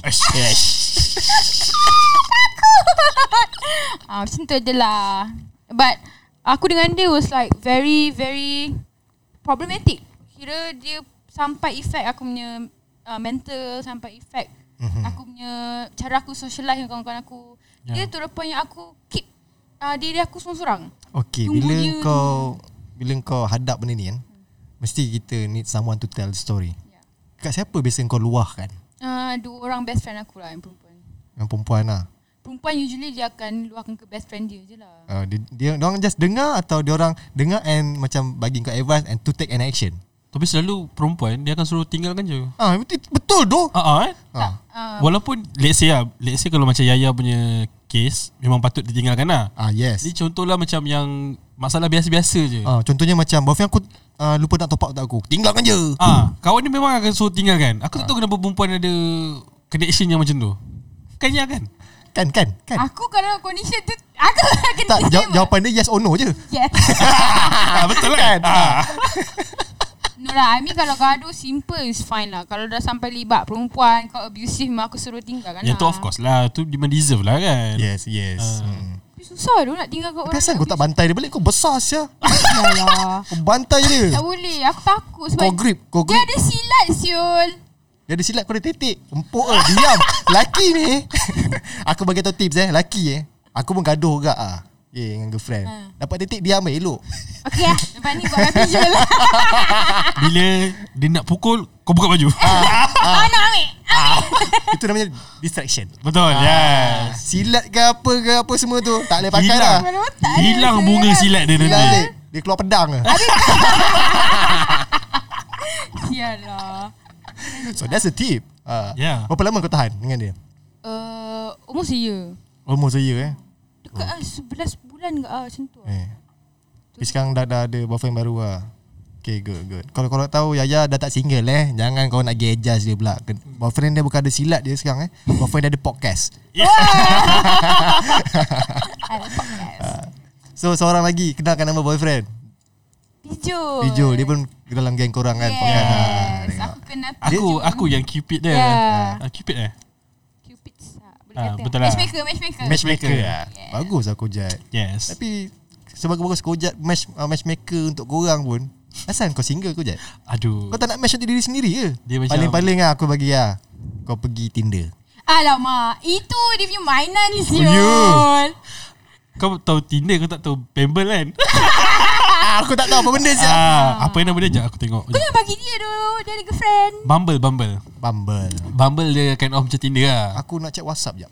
[SPEAKER 3] Ah, macam tu je lah But Aku dengan dia was like Very very Problematic Kira dia Sampai effect aku punya uh, Mental Sampai effect mm-hmm. Aku punya Cara aku socialize dengan kawan-kawan aku yeah. Dia
[SPEAKER 4] Yeah.
[SPEAKER 3] tu rupa yang aku Keep uh, Diri aku sorang-sorang
[SPEAKER 2] Okay
[SPEAKER 3] Tunggu
[SPEAKER 2] Bila
[SPEAKER 3] dia.
[SPEAKER 2] kau Bila kau hadap benda ni kan Mesti kita need someone to tell the story
[SPEAKER 3] Ya.
[SPEAKER 2] Kat siapa biasa kau luahkan
[SPEAKER 3] uh, Dua orang best friend aku lah Yang perempuan
[SPEAKER 2] Yang perempuan lah
[SPEAKER 3] Perempuan usually dia akan Luahkan ke best friend dia je lah
[SPEAKER 2] uh, dia, dia, dia orang just dengar Atau dia orang Dengar and Macam bagi kau advice And to take an action
[SPEAKER 4] Tapi selalu perempuan Dia akan suruh tinggalkan je
[SPEAKER 2] Ah betul, betul doh.
[SPEAKER 4] Ah, ah, eh?
[SPEAKER 2] Ah.
[SPEAKER 3] uh,
[SPEAKER 4] Walaupun Let's say lah Let's say kalau macam Yaya punya Case Memang patut ditinggalkan lah
[SPEAKER 2] Ah yes.
[SPEAKER 4] Ni contohlah macam yang Masalah biasa-biasa je
[SPEAKER 2] Ah contohnya macam boyfriend aku ah, lupa nak top up tak aku. Tinggalkan je.
[SPEAKER 4] Ah, kawan dia memang akan suruh tinggalkan.
[SPEAKER 2] Ah.
[SPEAKER 4] Aku tak tahu kenapa perempuan ada connection yang macam tu. Kan ya kan?
[SPEAKER 2] Kan kan kan.
[SPEAKER 3] Aku kalau condition tu Aku akan
[SPEAKER 2] tak
[SPEAKER 3] disclaimer.
[SPEAKER 2] jaw- jawapan dia yes or no je.
[SPEAKER 3] Yes
[SPEAKER 4] ah, betul kan? Ah.
[SPEAKER 3] No lah I mean kalau gaduh Simple is fine lah Kalau dah sampai libat Perempuan Kau abusive Memang aku suruh tinggalkan
[SPEAKER 4] Yang tu
[SPEAKER 3] lah
[SPEAKER 4] of course lah. Tu memang deserve lah kan?
[SPEAKER 2] Yes yes.
[SPEAKER 4] Ah.
[SPEAKER 2] Hmm.
[SPEAKER 3] Tapi Susah tu nak tinggal kat orang
[SPEAKER 2] Perasan
[SPEAKER 3] yang
[SPEAKER 2] kau tak bantai dia balik kau besar sia.
[SPEAKER 3] abusive. Alah.
[SPEAKER 2] Kau bantai dia.
[SPEAKER 3] Tak boleh Aku takut sebab
[SPEAKER 2] Kau grip, kau
[SPEAKER 3] Dia
[SPEAKER 2] grip.
[SPEAKER 3] ada silat siul
[SPEAKER 2] Dia ada silap kau ada tetik. Empuk ah diam. Laki ni. aku bagi tahu tips eh, laki eh. Aku pun gaduh juga ah. Yeah, dengan girlfriend.
[SPEAKER 3] Ah.
[SPEAKER 2] Dapat titik diam eh, elok.
[SPEAKER 3] Okay lah Lepas ni buat rapi je lah
[SPEAKER 4] Bila dia nak pukul, kau buka baju.
[SPEAKER 3] Ah nak ambil
[SPEAKER 2] Itu namanya distraction.
[SPEAKER 4] betul. Yes.
[SPEAKER 2] Silat ke apa ke apa semua tu tak boleh pakai
[SPEAKER 4] Hilang.
[SPEAKER 2] dah.
[SPEAKER 3] Kalau tak ada
[SPEAKER 4] Hilang
[SPEAKER 3] silat.
[SPEAKER 4] bunga silat dia
[SPEAKER 2] Hilang
[SPEAKER 4] nanti.
[SPEAKER 2] dia. Dia keluar pedang ah.
[SPEAKER 3] Sial lah
[SPEAKER 2] So that's the tip. Uh,
[SPEAKER 4] Yeah.
[SPEAKER 2] Berapa lama kau tahan dengan dia?
[SPEAKER 3] Uh, Almost a year
[SPEAKER 2] Almost a year eh.
[SPEAKER 3] Dekat ah 11 bulan ke ah Macam tu
[SPEAKER 2] eh. Tapi sekarang dah, dah ada boyfriend baru lah. Okay good good. Kalau kau nak tahu Yaya dah tak single eh. Jangan kau nak gejas dia pula. Ken- Boyfriend dia bukan ada silat dia sekarang eh. Boyfriend dia ada podcast.
[SPEAKER 3] Ada Ah, podcast
[SPEAKER 2] So seorang lagi kenalkan nama boyfriend.
[SPEAKER 3] Pijul
[SPEAKER 2] Bijul dia pun dalam geng korang kan. podcast. Ah,
[SPEAKER 3] Yes
[SPEAKER 2] tengok.
[SPEAKER 3] Aku kenal
[SPEAKER 4] Aku aku yang cupid dia.
[SPEAKER 3] Yeah.
[SPEAKER 4] Ah, cupid eh?
[SPEAKER 3] Cupid sah. Boleh
[SPEAKER 4] Ah,
[SPEAKER 3] kata.
[SPEAKER 4] betul lah.
[SPEAKER 3] matchmaker, matchmaker.
[SPEAKER 2] Matchmaker.
[SPEAKER 4] Yeah.
[SPEAKER 2] Yeah. Bagus aku jat.
[SPEAKER 4] Yes.
[SPEAKER 2] Tapi sebagus-bagus kau jat match, uh, matchmaker untuk korang pun. Asal kau single kau jat?
[SPEAKER 4] Aduh.
[SPEAKER 2] Kau tak nak match untuk diri sendiri ke?
[SPEAKER 4] Dia macam-
[SPEAKER 2] Paling-paling lah aku bagi lah Kau pergi Tinder
[SPEAKER 3] Alamak, itu dia punya mainan
[SPEAKER 4] Oh,
[SPEAKER 3] ni siul.
[SPEAKER 2] ya.
[SPEAKER 4] Kau tahu Tinder kau tak tahu Bumble kan?
[SPEAKER 2] ah, Aku tak tahu apa benda siap
[SPEAKER 4] ah, apa yang nama dia? Jap aku tengok.
[SPEAKER 3] Kau jangan bagi dia dulu, dia ada girlfriend.
[SPEAKER 4] Bumble, Bumble.
[SPEAKER 2] Bumble
[SPEAKER 4] Bumble dia kind of macam Tinder lah.
[SPEAKER 2] Aku nak check whatsapp jap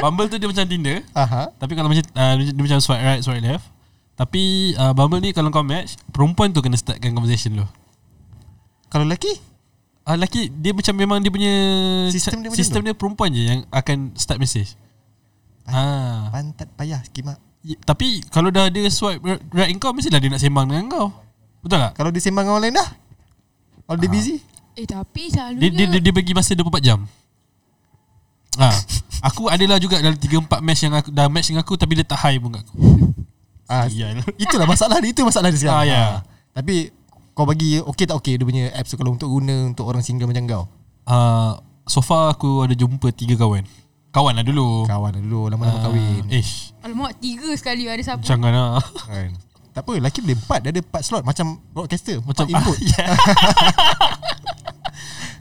[SPEAKER 4] Bumble tu dia macam Tinder
[SPEAKER 2] Aha.
[SPEAKER 4] Tapi kalau macam uh, dia dia macam swipe right, swipe left Tapi uh, Bumble ni kalau kau match Perempuan tu kena startkan conversation lu
[SPEAKER 2] Kalau lelaki
[SPEAKER 4] uh, Lelaki dia macam memang dia punya
[SPEAKER 2] Sistem dia macam
[SPEAKER 4] Sistem dia perempuan je yang akan start message Ah.
[SPEAKER 2] Pantat payah kimak
[SPEAKER 4] Y- Tapi kalau dah dia swipe ri- right kau mestilah dia nak sembang dengan kau. Betul tak?
[SPEAKER 2] Kalau dia sembang dengan orang lain dah All day busy
[SPEAKER 3] Eh tapi
[SPEAKER 4] Dia
[SPEAKER 3] selalunya
[SPEAKER 4] dia, dia, dia bagi masa 24 jam. Ha. Aku adalah juga dalam 3 4 match yang aku dah match dengan aku tapi dia tak high pun kat aku.
[SPEAKER 2] ah,
[SPEAKER 4] Sial.
[SPEAKER 2] Itulah masalah dia Itu masalah dia sekarang
[SPEAKER 4] Ah, ya.
[SPEAKER 2] Ah, Tapi Kau bagi Okay tak okay Dia punya apps tu Kalau untuk guna Untuk orang single macam kau
[SPEAKER 4] Uh, so far aku ada jumpa 3 kawan. Kawan lah dulu.
[SPEAKER 2] Kawan dah dulu Lama-lama kahwin
[SPEAKER 4] Ah, Ish.
[SPEAKER 3] Alamak tiga sekali ada siapa
[SPEAKER 4] Jangan lah.
[SPEAKER 2] Kan Tak apa Lelaki boleh empat Dia ada empat slot Macam broadcaster
[SPEAKER 4] Macam
[SPEAKER 2] Empat input
[SPEAKER 4] yeah. Ah, ya.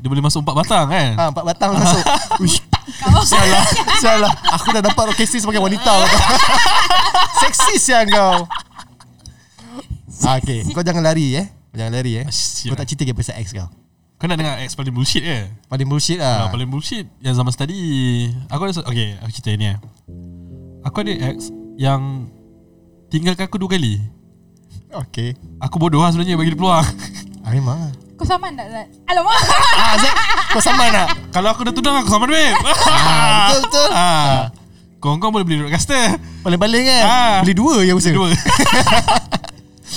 [SPEAKER 4] Dia boleh masuk 4 batang kan?
[SPEAKER 2] Ah, empat batang masuk Uish
[SPEAKER 3] Kau
[SPEAKER 2] Sialah Sialah Aku dah nampak orkestri sebagai wanita Seksis ya kau ah, Okay Kau jangan lari eh Kau jangan lari eh
[SPEAKER 4] Asyik.
[SPEAKER 2] Kau tak cerita ke pasal ex kau
[SPEAKER 4] Kau nak dengar ex paling bullshit ke?
[SPEAKER 2] Paling bullshit lah
[SPEAKER 4] Ah, paling bullshit yang zaman study. Aku ada se- okay, aku cerita ni eh. Aku ada ex yang tinggalkan aku dua kali.
[SPEAKER 2] Okay
[SPEAKER 4] Aku bodoh lah sebenarnya bagi dia peluang.
[SPEAKER 2] ah, Memang lah
[SPEAKER 3] Kau saman tak Zat? Alamak
[SPEAKER 2] ah, Zek Kau sama nak
[SPEAKER 4] Kalau aku dah tunang aku sama dia.
[SPEAKER 2] ah, Betul betul
[SPEAKER 4] ah. Kau-kau boleh beli roadcaster.
[SPEAKER 2] Paling-paling kan
[SPEAKER 4] Ah.
[SPEAKER 2] Beli dua je usaha
[SPEAKER 4] Dua.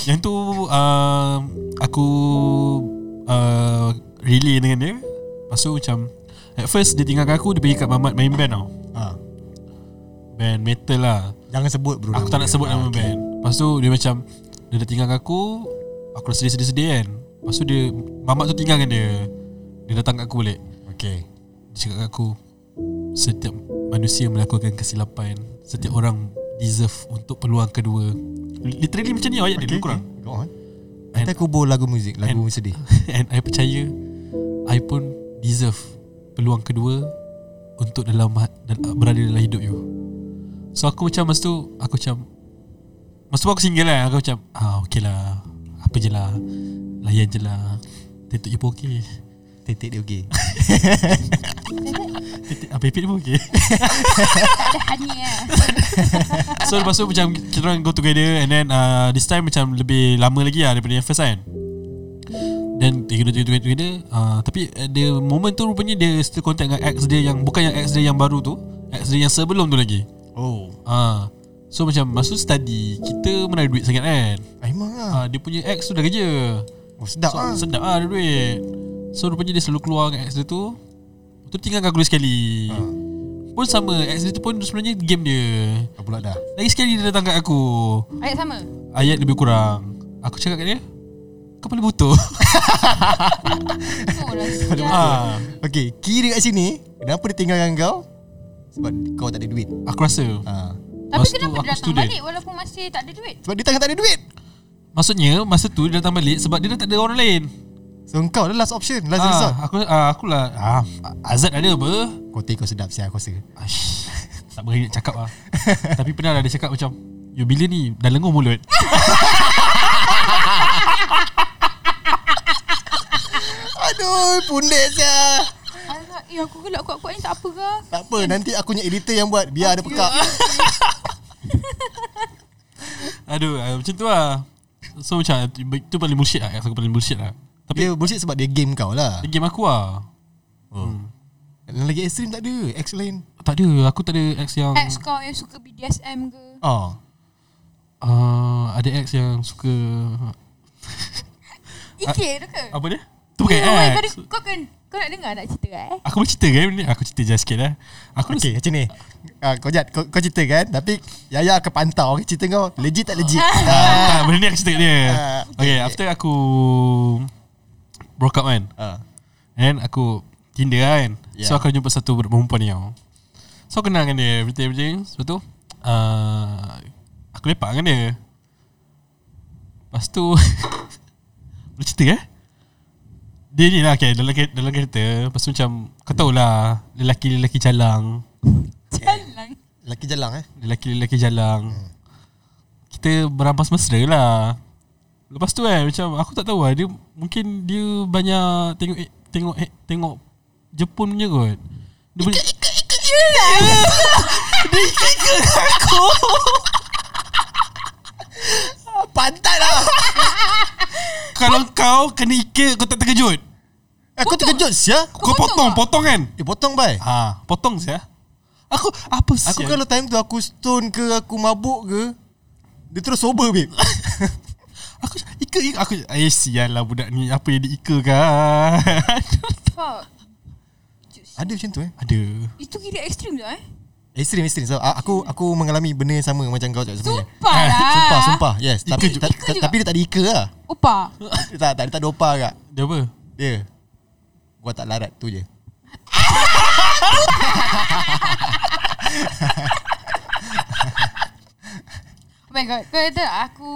[SPEAKER 4] yang tu uh, aku uh, relay dengan dia. Lepas tu macam at first dia tinggalkan aku dia pergi kat Mamat main band tau.
[SPEAKER 2] ah.
[SPEAKER 4] Band metal lah.
[SPEAKER 2] Jangan sebut bro Ah,
[SPEAKER 4] Aku tak nak sebut nama band Lepas tu dia macam Dia dah tinggalkan aku Aku dah sedih-sedih-sedih kan Lepas tu dia Mamat tu tinggalkan dia Dia datang kat aku balik
[SPEAKER 2] Okay
[SPEAKER 4] Dia cakap kat aku Setiap manusia melakukan kesilapan Setiap orang deserve untuk peluang kedua Literally macam ni ayat dia lebih kurang
[SPEAKER 2] Go on Nanti aku bawa lagu muzik Lagu
[SPEAKER 4] And-
[SPEAKER 2] sedih
[SPEAKER 4] And I percaya I pun deserve Peluang kedua Untuk dalam ha- dal- Berada dalam hidup you So aku macam Masa tu Aku macam Masa tu aku single lah Aku macam ah, Okay lah Apa je lah Layan je lah Titik you pun okay
[SPEAKER 2] Titik dia okay
[SPEAKER 4] Titik ah, Pipit pun okay
[SPEAKER 3] Tak ada hani eh
[SPEAKER 4] So lepas tu macam Kita orang go together And then uh, This time macam Lebih lama lagi lah Daripada yang first kan Then together together together uh, Tapi at the moment tu Rupanya dia still contact dengan ex dia yang Bukan yang ex dia yang baru tu Ex dia yang sebelum tu lagi
[SPEAKER 2] Oh
[SPEAKER 4] Ah, So macam Masa tu study Kita mana ada duit sangat kan
[SPEAKER 2] Memang lah
[SPEAKER 4] ah, Dia punya ex tu dah kerja
[SPEAKER 2] Oh sedap
[SPEAKER 4] So
[SPEAKER 2] lah
[SPEAKER 4] sedap lah ada duit So rupanya dia selalu keluar dengan ex dia tu Tu tinggal aku dulu sekali
[SPEAKER 2] Ah.
[SPEAKER 4] Pun sama Ex dia tu pun sebenarnya game dia
[SPEAKER 2] Kau pula dah
[SPEAKER 4] Lagi sekali dia datang kat aku
[SPEAKER 3] Ayat sama
[SPEAKER 4] Ayat lebih kurang Aku cakap kat dia Kau paling butuh
[SPEAKER 3] Betul lah sial.
[SPEAKER 4] ah,
[SPEAKER 2] Okay Kira kat sini Kenapa dia tinggalkan kau Sebab kau tak ada duit
[SPEAKER 4] Aku rasa
[SPEAKER 2] ha.
[SPEAKER 3] Tapi
[SPEAKER 4] Lepas tu
[SPEAKER 3] kenapa dia
[SPEAKER 4] aku
[SPEAKER 3] datang
[SPEAKER 4] student.
[SPEAKER 3] balik Walaupun masih tak ada duit
[SPEAKER 2] Sebab dia tangan tak ada duit
[SPEAKER 4] Maksudnya Masa tu dia datang balik Sebab dia dah tak ada orang lain
[SPEAKER 2] So kau dah last option Last ah. resort
[SPEAKER 4] ah, Aku ah, aku lah ah, Azad ada apa
[SPEAKER 2] Kau teh kau sedap siapa aku rasa
[SPEAKER 4] Aish, tak berani nak cakap lah Tapi pernah lah dia cakap macam You bila ni dah lengur mulut
[SPEAKER 2] Aduh Pundek siapa
[SPEAKER 3] Alamak Eh aku gelak kuat-kuat ni tak apa ke
[SPEAKER 2] Tak apa Nanti aku punya editor yang buat Biar ada pekak
[SPEAKER 4] Aduh ah, macam tu lah So macam Itu paling bullshit lah Aku paling bullshit lah Tapi
[SPEAKER 2] Dia bullshit sebab dia game kau lah
[SPEAKER 4] yeah. game aku lah
[SPEAKER 2] Hmm. Yang lagi extreme tak ada Ex lain
[SPEAKER 4] Tak ada Aku tak ada ex yang
[SPEAKER 3] Ex kau yang suka BDSM ke
[SPEAKER 2] Oh
[SPEAKER 4] uh, Ada ex yang suka
[SPEAKER 3] Ikir ke
[SPEAKER 4] Apa dia? Tu bukan
[SPEAKER 3] Oh my God,
[SPEAKER 4] ex
[SPEAKER 3] Kau kan Kau nak dengar tak cerita eh
[SPEAKER 4] Aku boleh cerita kan benda ni? Aku cerita je sikit lah Aku
[SPEAKER 2] Okay
[SPEAKER 4] okay.
[SPEAKER 2] macam ni ah, Kau jat kau, kau cerita kan Tapi Yaya akan pantau okay, Cerita kau Legit tak legit ah.
[SPEAKER 4] Ah, benda ni aku cerita kat dia
[SPEAKER 2] Ah,
[SPEAKER 4] Okay after aku Broke up kan
[SPEAKER 2] Ah.
[SPEAKER 4] And then aku Tinder lah kan yeah. So
[SPEAKER 2] Yeah.
[SPEAKER 4] aku jumpa satu budak perempuan ni tau So aku kenal dengan dia Everything everything Lepas tu uh, Aku lepak dengan dia Lepas tu Boleh cerita eh Dia ni lah okay, dalam, ke- dalam kereta Lepas tu macam Kau tahu lah Lelaki-lelaki jalang
[SPEAKER 3] Jalan
[SPEAKER 2] Lelaki jalang eh
[SPEAKER 4] Lelaki-lelaki jalang Kita berampas mesra lah Lepas tu kan macam aku tak tahu lah dia mungkin dia banyak tengok eh, tengok eh, tengok Jepun punya kot. Dia boleh
[SPEAKER 2] Pantat lah
[SPEAKER 4] kalau kau kena ikir kau tak terkejut.
[SPEAKER 2] Aku Eh, terkejut sia lah.
[SPEAKER 4] Kau, potong, potong kan?
[SPEAKER 2] Dia potong bai
[SPEAKER 4] Ha, potong saya. Aku apa sih?
[SPEAKER 2] Aku kalau time tu aku stone ke Aku mabuk ke Dia terus sober babe
[SPEAKER 4] aku ika ika aku eh sialah budak ni apa yang diika kan.
[SPEAKER 3] Fuck.
[SPEAKER 2] Ada macam tu eh
[SPEAKER 4] Ada.
[SPEAKER 3] Itu kira ekstrim tu eh?
[SPEAKER 2] Ekstrim ekstrim so, a- Aku aku mengalami benda yang sama Macam kau cakap sebenarnya
[SPEAKER 3] Sumpah lah.
[SPEAKER 2] eh, Sumpah sumpah Yes
[SPEAKER 4] Ika
[SPEAKER 2] Tapi
[SPEAKER 4] juga.
[SPEAKER 2] ta, ta,
[SPEAKER 3] juga.
[SPEAKER 2] tapi dia tak ada ika lah
[SPEAKER 3] Opa.
[SPEAKER 2] Dia tak, tak, dia tak ada opa kak
[SPEAKER 4] Dia apa?
[SPEAKER 2] Dia Gua tak larat tu je
[SPEAKER 3] Oh my god. Kau kata aku,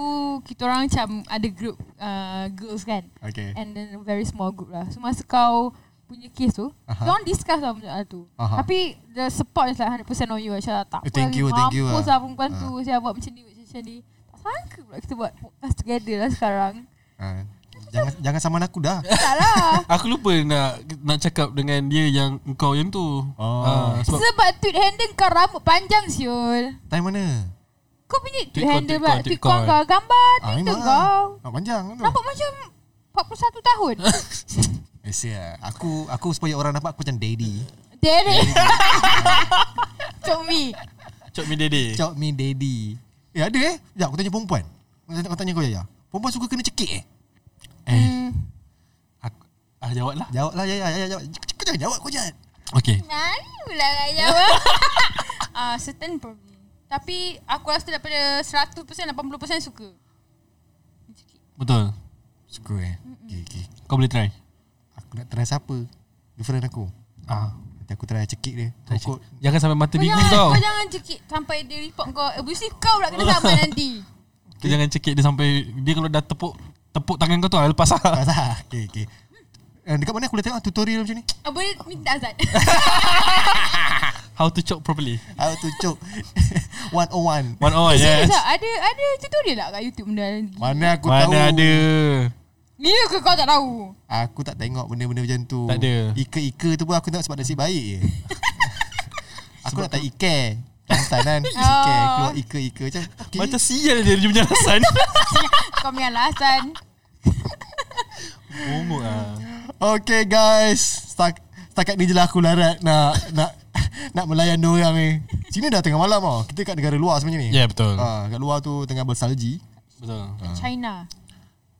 [SPEAKER 3] kita orang macam ada group uh, girls kan?
[SPEAKER 2] Okay
[SPEAKER 3] And then a very small group lah. So masa kau punya case tu,
[SPEAKER 2] Aha.
[SPEAKER 3] uh-huh. don't discuss lah benda tu.
[SPEAKER 2] Aha.
[SPEAKER 3] Tapi the support is like 100% on you. Aisyah tak
[SPEAKER 2] Eh, thank
[SPEAKER 3] lagi,
[SPEAKER 2] you, thank you
[SPEAKER 3] Mampus
[SPEAKER 2] lah.
[SPEAKER 3] lah perempuan tu. Saya buat macam ni, buat macam ni. Tak sangka pula kita buat podcast together lah sekarang.
[SPEAKER 2] ha. Jangan jangan saman aku dah
[SPEAKER 3] Tak lah.
[SPEAKER 4] Aku lupa nak nak cakap dengan dia yang kau yang
[SPEAKER 2] Oh.
[SPEAKER 4] tu. Ah, sebab
[SPEAKER 3] Sebab tweet handle kau rambut panjang siul.
[SPEAKER 2] Time mana
[SPEAKER 3] Kau punya
[SPEAKER 4] Tweet
[SPEAKER 3] tweet
[SPEAKER 4] kau,
[SPEAKER 3] handle
[SPEAKER 4] tweet
[SPEAKER 3] pula.
[SPEAKER 4] kau, tweet
[SPEAKER 3] Tweet
[SPEAKER 4] kau
[SPEAKER 3] kau
[SPEAKER 4] eh.
[SPEAKER 3] kau. Gambar
[SPEAKER 2] Ah,
[SPEAKER 3] Twitter
[SPEAKER 2] memang
[SPEAKER 3] kau.
[SPEAKER 2] lah. Ah, panjang tu.
[SPEAKER 3] Nampak macam 41 tahun.
[SPEAKER 2] Eh, sia. Aku aku supaya orang nampak aku macam daddy.
[SPEAKER 3] Derek. Cok mi.
[SPEAKER 4] Cok Mi Dede.
[SPEAKER 2] Cok Eh. me daddy. Eh ada eh? Ya, aku tanya perempuan. Aku tanya, aku tanya kau ya. Perempuan suka kena cekik eh?
[SPEAKER 4] Eh,
[SPEAKER 3] Hmm.
[SPEAKER 4] aku, ah jawab lah.
[SPEAKER 2] Jawablah ya ya ya jawab. Kau jangan jawab kau jangan.
[SPEAKER 4] Okay.
[SPEAKER 3] Nani pula nak jawab. Ah, certain probably. Tapi aku rasa daripada 100% 80% suka.
[SPEAKER 4] Betul.
[SPEAKER 2] Suka eh. Okey okey.
[SPEAKER 4] Kau boleh try.
[SPEAKER 2] Aku nak try siapa? Girlfriend aku.
[SPEAKER 4] Ah.
[SPEAKER 2] Nanti aku try cekik dia.
[SPEAKER 4] try
[SPEAKER 2] Kau-
[SPEAKER 4] cek. Jangan sampai mata
[SPEAKER 3] Kau
[SPEAKER 4] biru
[SPEAKER 3] jangan,
[SPEAKER 4] kau.
[SPEAKER 3] kau jangan cekik sampai dia report kau abusive kau pula kena saman nanti.
[SPEAKER 4] Kau jangan cekik dia sampai dia kalau dah tepuk tepuk tangan kau tu ah lepas ah.
[SPEAKER 2] Tak sah. Okey okey. Eh, Dekat mana aku boleh tengok tutorial macam ni?
[SPEAKER 3] Ah, boleh minta Azad.
[SPEAKER 4] How to chop properly.
[SPEAKER 2] How to choke 101
[SPEAKER 4] One on
[SPEAKER 3] Yes.
[SPEAKER 4] yes.
[SPEAKER 3] lah. ada ada tutorial tak kat YouTube benda ni?
[SPEAKER 2] Mana aku tahu
[SPEAKER 4] Mana ada.
[SPEAKER 3] Ya ke kau tak tahu?
[SPEAKER 2] Aku tak tengok benda-benda macam tu
[SPEAKER 4] Tak ada.
[SPEAKER 2] Ika-ika tu pun aku tengok sebab nasib baik je Aku nak tak ike Jantan kan
[SPEAKER 3] Oh.
[SPEAKER 2] Ike Keluar ika-ika macam okay.
[SPEAKER 4] Macam sial dia dia punya alasan.
[SPEAKER 3] Kau punya alasan
[SPEAKER 4] Bomoh ah.
[SPEAKER 2] Okay guys Stak, Setakat ni je lah aku larat Nak Nak nak melayan diorang ni Cina dah tengah malam tau Kita kat negara luar sebenarnya ni
[SPEAKER 4] Ya yeah, betul.
[SPEAKER 2] ha, Kat luar tu tengah bersalji
[SPEAKER 4] Betul.
[SPEAKER 3] China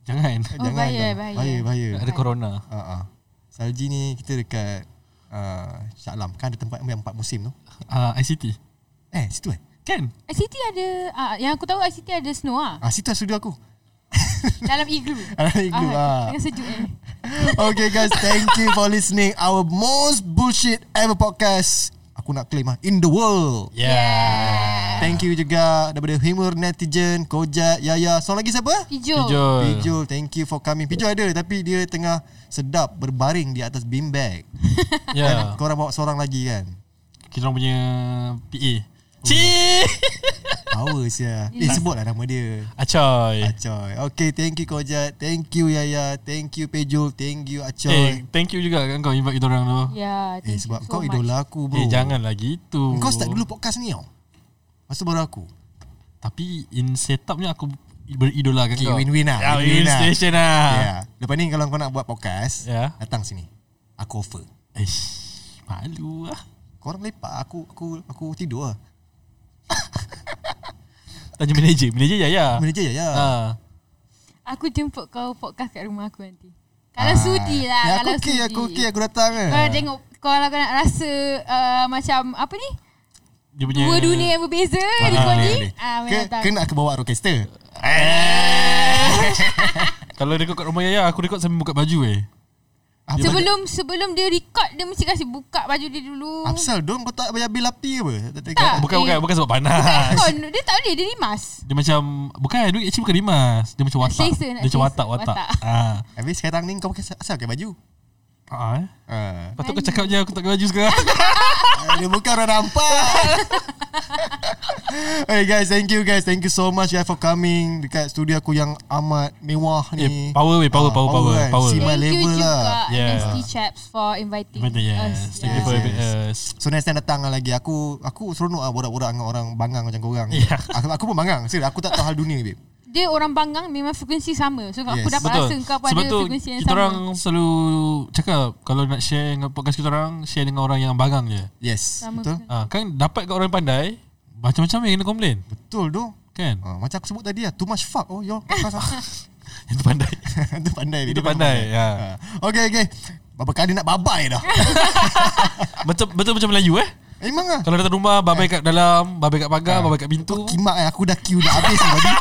[SPEAKER 4] Jangan.
[SPEAKER 3] Oh, bahaya, bahaya.
[SPEAKER 2] Bahaya bahaya
[SPEAKER 4] Ada corona.
[SPEAKER 2] ha, ha. Salji ni kita dekat uh, Shah Alam Kan ada tempat yang empat musim tu
[SPEAKER 4] Ah ICT.
[SPEAKER 2] Eh situ eh
[SPEAKER 4] Kan?
[SPEAKER 3] ICT ada ah, Yang aku tahu ICT ada snow ah
[SPEAKER 2] Ah situ lah studio aku
[SPEAKER 3] Dalam igloo
[SPEAKER 2] Dalam igloo, ah.
[SPEAKER 3] Tengah sejuk eh
[SPEAKER 2] Okay guys Thank you for listening Our most bullshit ever podcast Aku nak claim ah In the world
[SPEAKER 4] Yeah.
[SPEAKER 2] Thank you juga Daripada Humor Netizen Kojat Yaya Seorang lagi siapa?
[SPEAKER 3] Hijau
[SPEAKER 4] Pijol.
[SPEAKER 2] Pijul Thank you for coming Pijul ada Tapi dia tengah Sedap berbaring di atas beanbag
[SPEAKER 4] Ya.
[SPEAKER 2] Korang bawa seorang lagi kan
[SPEAKER 4] Kita orang punya PA.
[SPEAKER 2] Oh.
[SPEAKER 4] Cii.
[SPEAKER 2] Power sia Eh sebutlah nama dia
[SPEAKER 4] Acoy.
[SPEAKER 2] Acoy Okay thank you Kojat Thank you Yaya Thank you Pejul Thank you
[SPEAKER 4] Eh,
[SPEAKER 2] Acoy
[SPEAKER 4] thank you juga kan kau invite kita orang tu.
[SPEAKER 3] Ya
[SPEAKER 2] Eh
[SPEAKER 3] thank
[SPEAKER 2] sebab
[SPEAKER 3] you so
[SPEAKER 2] kau
[SPEAKER 3] much.
[SPEAKER 2] idola aku bro
[SPEAKER 4] Eh, janganlah gitu.
[SPEAKER 2] Kau start dulu podcast ni tau Lepas tu baru aku
[SPEAKER 4] Tapi in setupnya aku beridolakan
[SPEAKER 2] Okay,
[SPEAKER 4] kau.
[SPEAKER 2] win-win lah,
[SPEAKER 4] Ya,
[SPEAKER 2] win-win
[SPEAKER 4] win-win
[SPEAKER 2] lah.
[SPEAKER 4] station lah.
[SPEAKER 2] Ya. Lepas ni kalau kau nak buat podcast,
[SPEAKER 4] Ya.
[SPEAKER 2] datang sini. Aku offer.
[SPEAKER 4] Eish, malu lah.
[SPEAKER 2] Korang lepak aku aku aku tidur lah.
[SPEAKER 4] Tanya manager. Manager ya ya.
[SPEAKER 2] Mana je ya.
[SPEAKER 4] Ha.
[SPEAKER 3] Aku jemput kau podcast kat rumah aku nanti Kalau sudi lah
[SPEAKER 2] Ya, aku
[SPEAKER 3] Kalau Ah,
[SPEAKER 2] okey,
[SPEAKER 3] sudi
[SPEAKER 2] aku okey, aku datang eh.
[SPEAKER 3] Kalau tengok Kalau kau nak rasa uh, Macam Apa ni
[SPEAKER 4] Dia punya
[SPEAKER 3] Dua dunia yang berbeza Di kau ni Ah,
[SPEAKER 2] Ke,
[SPEAKER 3] boleh datang.
[SPEAKER 2] kena aku bawa rockcaster.
[SPEAKER 4] Kalau rekod kat rumah Yaya Aku rekod sambil buka baju eh
[SPEAKER 2] Apa
[SPEAKER 3] Sebelum sebelum dia record Dia mesti kasi buka baju dia dulu
[SPEAKER 2] apa sel dong kau tak bayar bil api ke apa? Tak tak.
[SPEAKER 3] Tak.
[SPEAKER 2] tak.
[SPEAKER 4] Bukan bukan
[SPEAKER 3] Eh.
[SPEAKER 4] bukan sebab
[SPEAKER 3] Bukan
[SPEAKER 4] panas
[SPEAKER 3] aircon Dia tak boleh Dia rimas
[SPEAKER 4] Dia macam Bukan duit actually bukan rimas Dia macam
[SPEAKER 3] Nak
[SPEAKER 4] watak
[SPEAKER 3] selesa, nak
[SPEAKER 4] Dia macam
[SPEAKER 3] selesa.
[SPEAKER 4] watak watak
[SPEAKER 3] Watak.
[SPEAKER 4] Ah,
[SPEAKER 2] Habis sekarang ni kau pakai asal pakai baju.
[SPEAKER 4] ah, eh.
[SPEAKER 2] Ha.
[SPEAKER 4] Lepas tu kau cakap je Aku tak pakai baju sekarang
[SPEAKER 2] Eh, Dia bukan orang nampak. hey guys, thank you guys. Thank you so much guys for coming dekat studio aku yang amat mewah ni.
[SPEAKER 4] Eh, power weh power
[SPEAKER 2] Ah,
[SPEAKER 4] power power,
[SPEAKER 2] kan?
[SPEAKER 4] power.
[SPEAKER 2] See my
[SPEAKER 3] Thank you
[SPEAKER 2] level
[SPEAKER 3] juga
[SPEAKER 2] lah.
[SPEAKER 4] Yeah.
[SPEAKER 3] Nasty Chaps For inviting
[SPEAKER 4] Betul
[SPEAKER 3] us
[SPEAKER 4] yes Thank you for
[SPEAKER 2] Yes,
[SPEAKER 4] having
[SPEAKER 2] yes.
[SPEAKER 4] us
[SPEAKER 2] So next time datang lah lagi Aku aku seronok lah borak-borak dengan orang bangang macam korang
[SPEAKER 4] Ya.
[SPEAKER 2] aku, aku pun bangang Serius aku tak tahu hal dunia babe
[SPEAKER 3] dia orang Bangang memang frekuensi sama. So yes. aku
[SPEAKER 2] Yes.
[SPEAKER 3] dapat
[SPEAKER 4] Betul.
[SPEAKER 3] rasa kau pada
[SPEAKER 4] Sebab tu
[SPEAKER 3] frekuensi yang
[SPEAKER 4] kita
[SPEAKER 3] sama.
[SPEAKER 4] orang selalu cakap kalau nak share dengan podcast kita orang share dengan orang yang bagang je.
[SPEAKER 2] Yes
[SPEAKER 3] Sama
[SPEAKER 2] Betul
[SPEAKER 3] sekali.
[SPEAKER 4] Ha, kan dapat kat orang yang pandai macam-macam yang kena komplain
[SPEAKER 2] Betul tu
[SPEAKER 4] kan.
[SPEAKER 2] ha, Macam aku sebut tadi lah Too much fuck Oh yo
[SPEAKER 4] Yang tu pandai.
[SPEAKER 2] Itu pandai
[SPEAKER 4] Itu pandai. Ya.
[SPEAKER 2] ha. Okay okay Berapa kali nak babai dah
[SPEAKER 4] Betul betul macam Melayu eh.
[SPEAKER 2] Memang lah
[SPEAKER 4] Kalau datang rumah babai kat dalam, babai kat pagar, babai kat
[SPEAKER 2] Ah.
[SPEAKER 4] pintu.
[SPEAKER 2] Kau kimak kan Aku dah queue dah habis ni tadi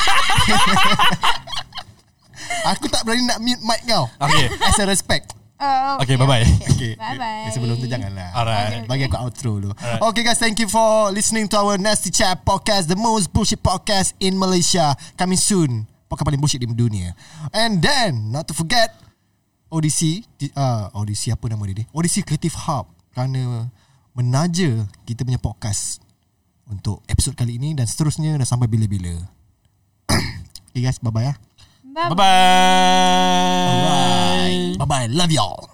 [SPEAKER 2] Aku tak berani nak mute mic kau
[SPEAKER 4] Okay.
[SPEAKER 2] As a respect
[SPEAKER 3] Oh,
[SPEAKER 4] Okay, bye-bye.
[SPEAKER 2] Okay
[SPEAKER 3] Bye-bye.
[SPEAKER 2] eh, Sebelum tu janganlah Eh,
[SPEAKER 4] Alright.
[SPEAKER 2] Bagi aku outro dulu
[SPEAKER 4] Alright.
[SPEAKER 2] Okay guys Thank you for listening to our Nasty Chat podcast The most bullshit podcast in Malaysia Coming soon Podcast paling bullshit di dunia And then Not to forget Odyssey di- uh, Odyssey apa nama dia ni? Odyssey Creative Hub Kerana Menaja Kita punya podcast Untuk episod kali ini Dan seterusnya Dah sampai bila-bila Okay guys Bye-bye ya
[SPEAKER 3] Bye-bye.
[SPEAKER 4] Bye bye.
[SPEAKER 2] Bye-bye Love y'all